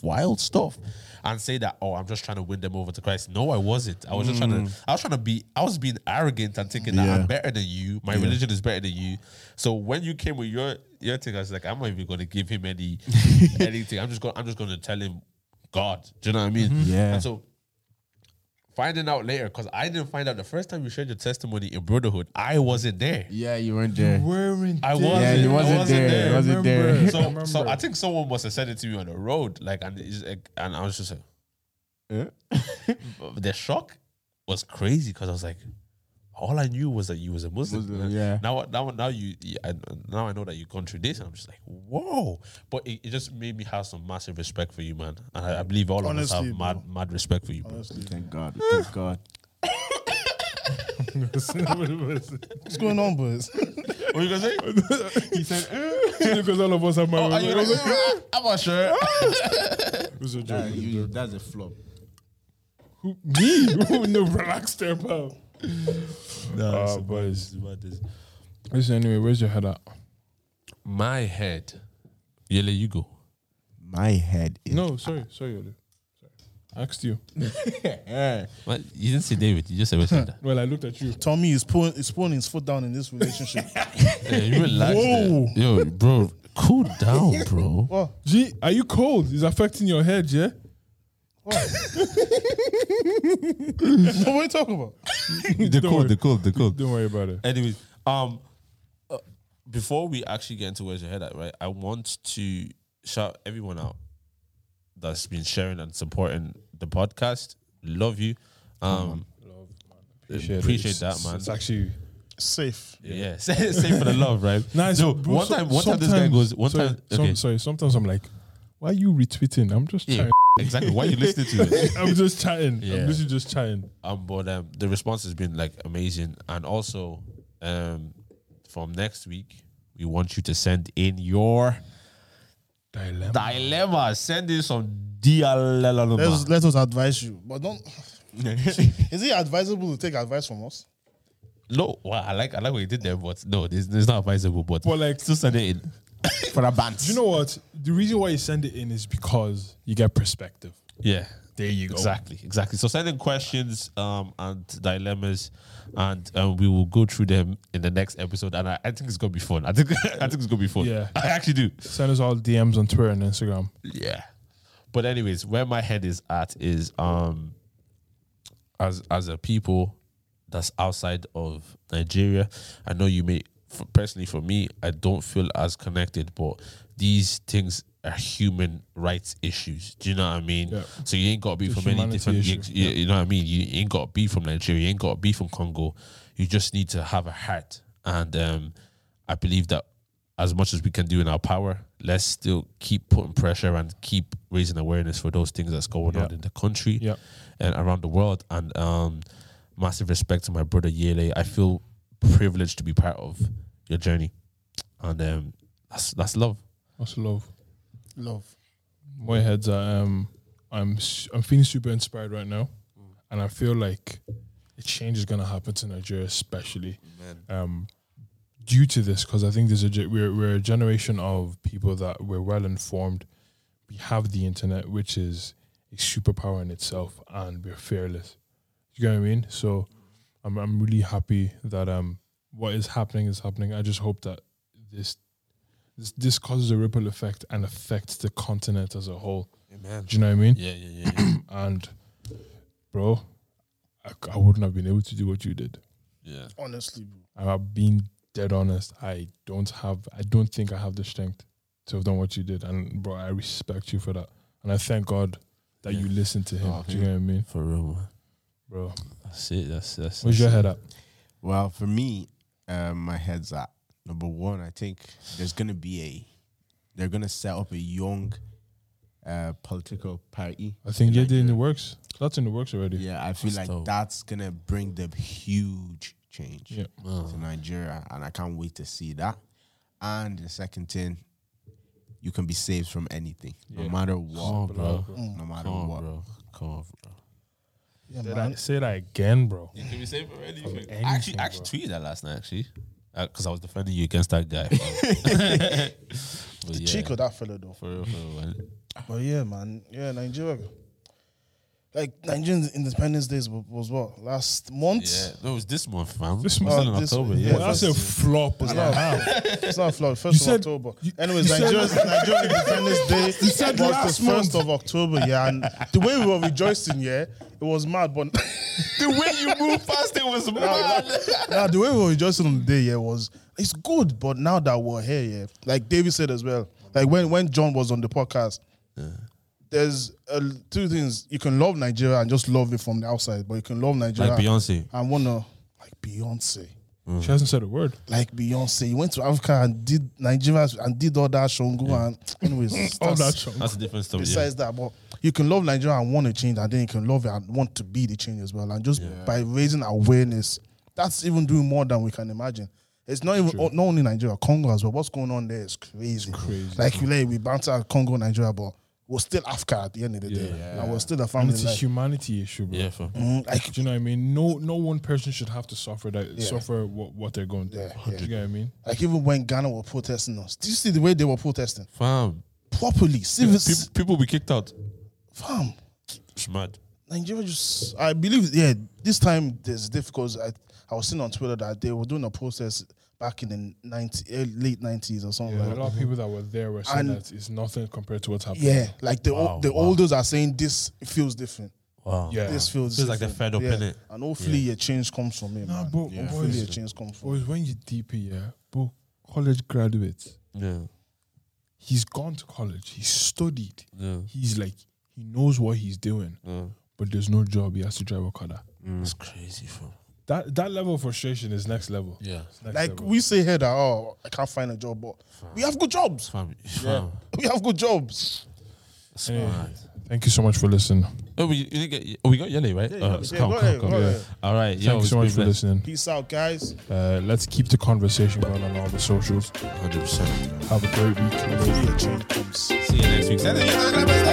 Speaker 3: wild stuff and say that oh i'm just trying to win them over to christ no i wasn't i was just trying to i was trying to be i was being arrogant and thinking that i'm better than you my religion is better than you so when you came with your your thing i was like i'm not even going to give him any anything i'm just going i'm just going to tell him god do you know what i mean
Speaker 4: Yeah.
Speaker 3: and so finding out later because i didn't find out the first time you shared your testimony in brotherhood i wasn't there
Speaker 4: Yeah, you weren't there.
Speaker 2: Wearing
Speaker 3: I
Speaker 2: there.
Speaker 3: wasn't. Yeah, you I wasn't wasn't there. there. You
Speaker 4: wasn't
Speaker 2: Remember. (laughs)
Speaker 4: there.
Speaker 3: so, so I
Speaker 2: remember.
Speaker 3: think someone must have said it to me on the road, like, and it's like, and I was just like, but the shock was crazy because I was like, all I knew was that you was a Muslim.
Speaker 4: Muslim, yeah.
Speaker 3: Now, now, now you, you- I, now I know that you contradict. And I'm just like, whoa. But it, it just made me have some massive respect for you, man. And I, I believe all of us
Speaker 1: Honestly,
Speaker 3: have mad, mad respect for you, bro.
Speaker 4: Thank God. Thank (laughs) God.
Speaker 2: (laughs)
Speaker 1: What's going on, boys? (laughs)
Speaker 3: What you gonna say?
Speaker 2: he said, eh, because all of us have my.
Speaker 3: Oh, are you gonna say? I'm not sure.
Speaker 2: It was a
Speaker 4: Yeah,
Speaker 2: joke.
Speaker 4: you- that's a flop.
Speaker 2: Who- Me? (laughs) Who- no, relax there, pal.
Speaker 3: Nah,
Speaker 2: Ah, boys.
Speaker 3: this.
Speaker 2: Listen, anyway, where's your head at?
Speaker 3: My head. Yele, you go.
Speaker 4: My head is
Speaker 2: No, sorry, sorry, Olu. Sorry. Asked you.
Speaker 3: What? You didn't say David. You just said that.
Speaker 2: Well, I looked at you.
Speaker 1: Tommy is pulling, is pulling his foot down in this relationship.
Speaker 3: Yeah, you relax.
Speaker 1: Whoa.
Speaker 3: there. Yo, bro, cool (laughs) down, bro.
Speaker 2: G, are you cold? It's affecting your head, yeah? (laughs)
Speaker 1: what are you talking about?
Speaker 3: the
Speaker 2: Don't worry.
Speaker 3: cold, the cold.
Speaker 2: Don't worry about it.
Speaker 3: Anyways, um, uh, before we actually get into where's your head at, right? I want to shout everyone out that's been sharing and supporting the podcast. Love you. Um, uh, appreciate,
Speaker 2: It's-
Speaker 3: that, man.
Speaker 2: It's actually
Speaker 1: Safe.
Speaker 3: yeah, (laughs) same for the love, right?
Speaker 2: nice.
Speaker 3: So one time, one time this guy goes, one
Speaker 2: sorry,
Speaker 3: time,
Speaker 2: some-
Speaker 3: okay,
Speaker 2: sorry. Sometimes I'm like, why are you retweeting? I'm just
Speaker 3: Yeah.
Speaker 2: trying.
Speaker 3: exactly. Why you listening to it?
Speaker 2: I'm just chatting.
Speaker 3: Yeah.
Speaker 2: I'm literally just chatting.
Speaker 3: Um, but um, the response has been like amazing, and also, um, from next week, we want you to send in your
Speaker 2: Dilemma.
Speaker 3: dilemma. Send in some dilemma.
Speaker 1: Let's, let us advise you, but don't. is it advisable to take advice from us?
Speaker 3: (laughs) No, well, I like I like what you did there, but no, this, this is not advisable. But
Speaker 2: But like,
Speaker 3: still send it in.
Speaker 4: for a band.
Speaker 2: you know what? The reason why you send it in is because you get perspective.
Speaker 3: Yeah,
Speaker 2: There you go.
Speaker 3: exactly, exactly. So send in questions, um, and dilemmas, and um, we will go through them in the next episode. And I, I think it's gonna be fun. I think (laughs) I think it's gonna be fun.
Speaker 2: Yeah.
Speaker 3: I actually do.
Speaker 2: Send us all DMs on Twitter and Instagram.
Speaker 3: Yeah. But anyways, where my head is at is um as as a people that's outside of Nigeria, I know you may for, personally for me, I don't feel as connected, but these things are human rights issues. Do you know what I mean?
Speaker 2: Yeah.
Speaker 3: So you ain't got to be
Speaker 2: It's a
Speaker 3: from any
Speaker 2: humanity
Speaker 3: different
Speaker 2: issue.
Speaker 3: ex- you, you know what I mean? You ain't got to be from Nigeria, you ain't got to be from Congo. You just need to have a heart and um I believe that as much as we can do in our power, let's still keep putting pressure and keep raising awareness for those things that's going on
Speaker 2: Yeah.
Speaker 3: in the country
Speaker 2: Yeah.
Speaker 3: and around the world. And um, massive respect to my brother Yele. I feel privileged to be part of your journey, and um, that's that's love.
Speaker 2: Much love.
Speaker 1: Love.
Speaker 2: My head's at um, I'm s- I'm feeling super inspired right now, and I feel like a change is gonna happen to Nigeria, especially um, due to this, because I think there's a ge- we're we're a generation of people that we're well informed. We have the internet, which is a superpower in itself, and we're fearless. You get what I mean? So, I'm I'm really happy that um what is happening is happening. I just hope that this this, this causes a ripple effect and affects the continent as a whole.
Speaker 3: Amen.
Speaker 2: Do you know what I mean?
Speaker 3: Yeah, yeah, yeah, (coughs) yeah.
Speaker 2: And, bro, I, c- I wouldn't have been able to do what you did.
Speaker 3: yeah.
Speaker 1: Honestly, bro.
Speaker 2: I'm being dead honest. I don't have, I don't think I have the strength to have done what you did. And, bro, I respect you for that. And I thank God that you listened to him.
Speaker 3: Oh,
Speaker 2: do you know what I mean?
Speaker 3: For real, man.
Speaker 2: Bro,
Speaker 5: That's it. That's that's.
Speaker 2: where's your
Speaker 5: that's
Speaker 2: head at?
Speaker 4: Well, for me, um, my head's at number one. I think there's gonna be a, they're gonna set up a young, uh, political party.
Speaker 2: I think
Speaker 4: in
Speaker 2: you're in the
Speaker 4: Nigeria.
Speaker 2: works. That's in the works already.
Speaker 4: Yeah, I feel like
Speaker 3: That's dope.
Speaker 4: that's gonna bring the huge change
Speaker 2: Yeah.
Speaker 4: to Nigeria, and I can't wait to see that. And the second thing, you can be saved from anything, no
Speaker 2: Yeah.
Speaker 4: matter what,
Speaker 3: Come on, bro.
Speaker 4: no matter
Speaker 3: Come
Speaker 4: what.
Speaker 3: on,
Speaker 4: (laughs)
Speaker 3: bro. Come on, bro.
Speaker 1: Yeah,
Speaker 2: Say
Speaker 1: man.
Speaker 2: that, say that again, bro.
Speaker 3: You can be safe from anything.
Speaker 2: anything,
Speaker 3: I actually, I actually tweeted that last night, actually, because I was defending you against that
Speaker 2: (laughs)
Speaker 3: guy. but
Speaker 1: The
Speaker 3: yeah,
Speaker 1: cheek of that fella, though.
Speaker 3: for real, for real. man.
Speaker 1: But yeah, man. Yeah, Nigeria. Like Nigerian Independence Days wa- was what last month.
Speaker 3: Yeah, no, it was this month, man.
Speaker 2: This
Speaker 3: It was
Speaker 1: month.
Speaker 3: in
Speaker 1: This-
Speaker 3: October.
Speaker 1: yeah,
Speaker 3: Yeah,
Speaker 2: Well, that's a
Speaker 1: that's-
Speaker 2: flop.
Speaker 1: It's
Speaker 2: and
Speaker 1: not,
Speaker 2: a half.
Speaker 1: it's not flawed. First
Speaker 2: said-
Speaker 1: of October.
Speaker 2: you-
Speaker 1: Anyways,
Speaker 2: you said- (laughs)
Speaker 1: Nigeria's Nigerian Independence Day
Speaker 2: said
Speaker 1: was
Speaker 2: last
Speaker 1: the first of October. Yeah, and the way we were rejoicing, yeah, it was mad. But (laughs)
Speaker 3: the way you moved past it (laughs) was
Speaker 4: (laughs)
Speaker 3: mad.
Speaker 1: now the way we were rejoicing on the day, yeah, was it's good. But now that we're here, yeah, like David said as well, like when when John was on the podcast, there's uh, two things you can love Nigeria and just love it from the outside, but you can love Nigeria
Speaker 3: Like Beyonce.
Speaker 1: and wanna like Beyonce.
Speaker 2: She hasn't said a word.
Speaker 1: Like Beyonce, you went to Africa and did Nigeria and did all that Shongo and anyways.
Speaker 2: (laughs) All that
Speaker 1: that's-
Speaker 2: shit.
Speaker 3: That's a different
Speaker 2: Oh,
Speaker 3: story. Yeah.
Speaker 1: Besides that, but you can love Nigeria and want to change, and then you can love it and want to be the change as well. And just by raising awareness, that's even doing more than we can imagine. It's not even not only Nigeria, Congo as well. What's going on there is crazy.
Speaker 2: crazy.
Speaker 1: Like you like we bounce out Congo, Nigeria, but we're still Africa at the end of the day, and we're still a
Speaker 2: And
Speaker 1: family.
Speaker 2: it's a
Speaker 1: like-
Speaker 2: humanity issue, bro.
Speaker 3: Yeah, for
Speaker 1: Mm, like
Speaker 2: Do you know what I mean? No, no one person should have to suffer that suffer what, what they're going through.
Speaker 1: Yeah,
Speaker 2: (laughs) Do you get what I mean?
Speaker 1: like even when Ghana were protesting us, do you see the way they were protesting
Speaker 3: fam.
Speaker 1: properly? Civil,
Speaker 3: People, people be kicked out.
Speaker 1: fam.
Speaker 3: It's mad.
Speaker 1: Nigeria just, I believe, yeah, this time there's difficult. I, I was seeing on Twitter that they were doing a process back in the 90, eh, late 90s or something
Speaker 2: Yeah,
Speaker 1: like
Speaker 2: a
Speaker 1: that.
Speaker 2: lot of people that were there were saying
Speaker 1: And-
Speaker 2: that it's nothing compared to what's happening.
Speaker 1: Yeah, like the
Speaker 3: Wow,
Speaker 1: ol- the
Speaker 3: wow.
Speaker 1: olders are saying this feels different.
Speaker 3: Wow.
Speaker 2: yeah.
Speaker 1: This feels,
Speaker 3: Feels like
Speaker 1: different.
Speaker 3: they're fed up,
Speaker 1: yeah.
Speaker 3: innit?
Speaker 1: And hopefully a change comes from it,
Speaker 2: Nah,
Speaker 1: man.
Speaker 2: but
Speaker 4: Yeah.
Speaker 2: boys,
Speaker 1: hopefully a change comes from it.
Speaker 2: boys, when you DP, yeah, bro, college graduates,
Speaker 3: Yeah.
Speaker 2: he's gone to college, he studied,
Speaker 3: Yeah.
Speaker 2: he's like he knows what he's doing,
Speaker 3: yeah.
Speaker 2: but there's no job. He has to drive Okada.
Speaker 3: It's crazy, fam.
Speaker 2: That that level of frustration is next level.
Speaker 3: Yeah.
Speaker 2: It's next
Speaker 1: Like
Speaker 2: level.
Speaker 1: we say here that oh I can't find a job, but we have good jobs. (laughs)
Speaker 3: Fam. fam.
Speaker 1: We have good jobs.
Speaker 3: It's
Speaker 2: Anyway,
Speaker 3: mad.
Speaker 2: Thank you so much for listening.
Speaker 3: Oh, we, you didn't get, oh, we got Yele, right?
Speaker 1: you
Speaker 3: Uh,
Speaker 1: got-
Speaker 3: it's
Speaker 1: yeah,
Speaker 3: come,
Speaker 1: go
Speaker 3: come,
Speaker 1: ahead,
Speaker 3: come.
Speaker 1: go ahead.
Speaker 3: All right. yo,
Speaker 2: Thank you
Speaker 3: it's
Speaker 2: so much
Speaker 3: been
Speaker 2: for
Speaker 3: blessed.
Speaker 2: listening.
Speaker 1: Peace out, guys.
Speaker 2: Uh, let's keep the conversation going on all the socials.
Speaker 3: 100%.
Speaker 2: Have a great week.
Speaker 1: Hopefully a change comes.
Speaker 3: See you next week.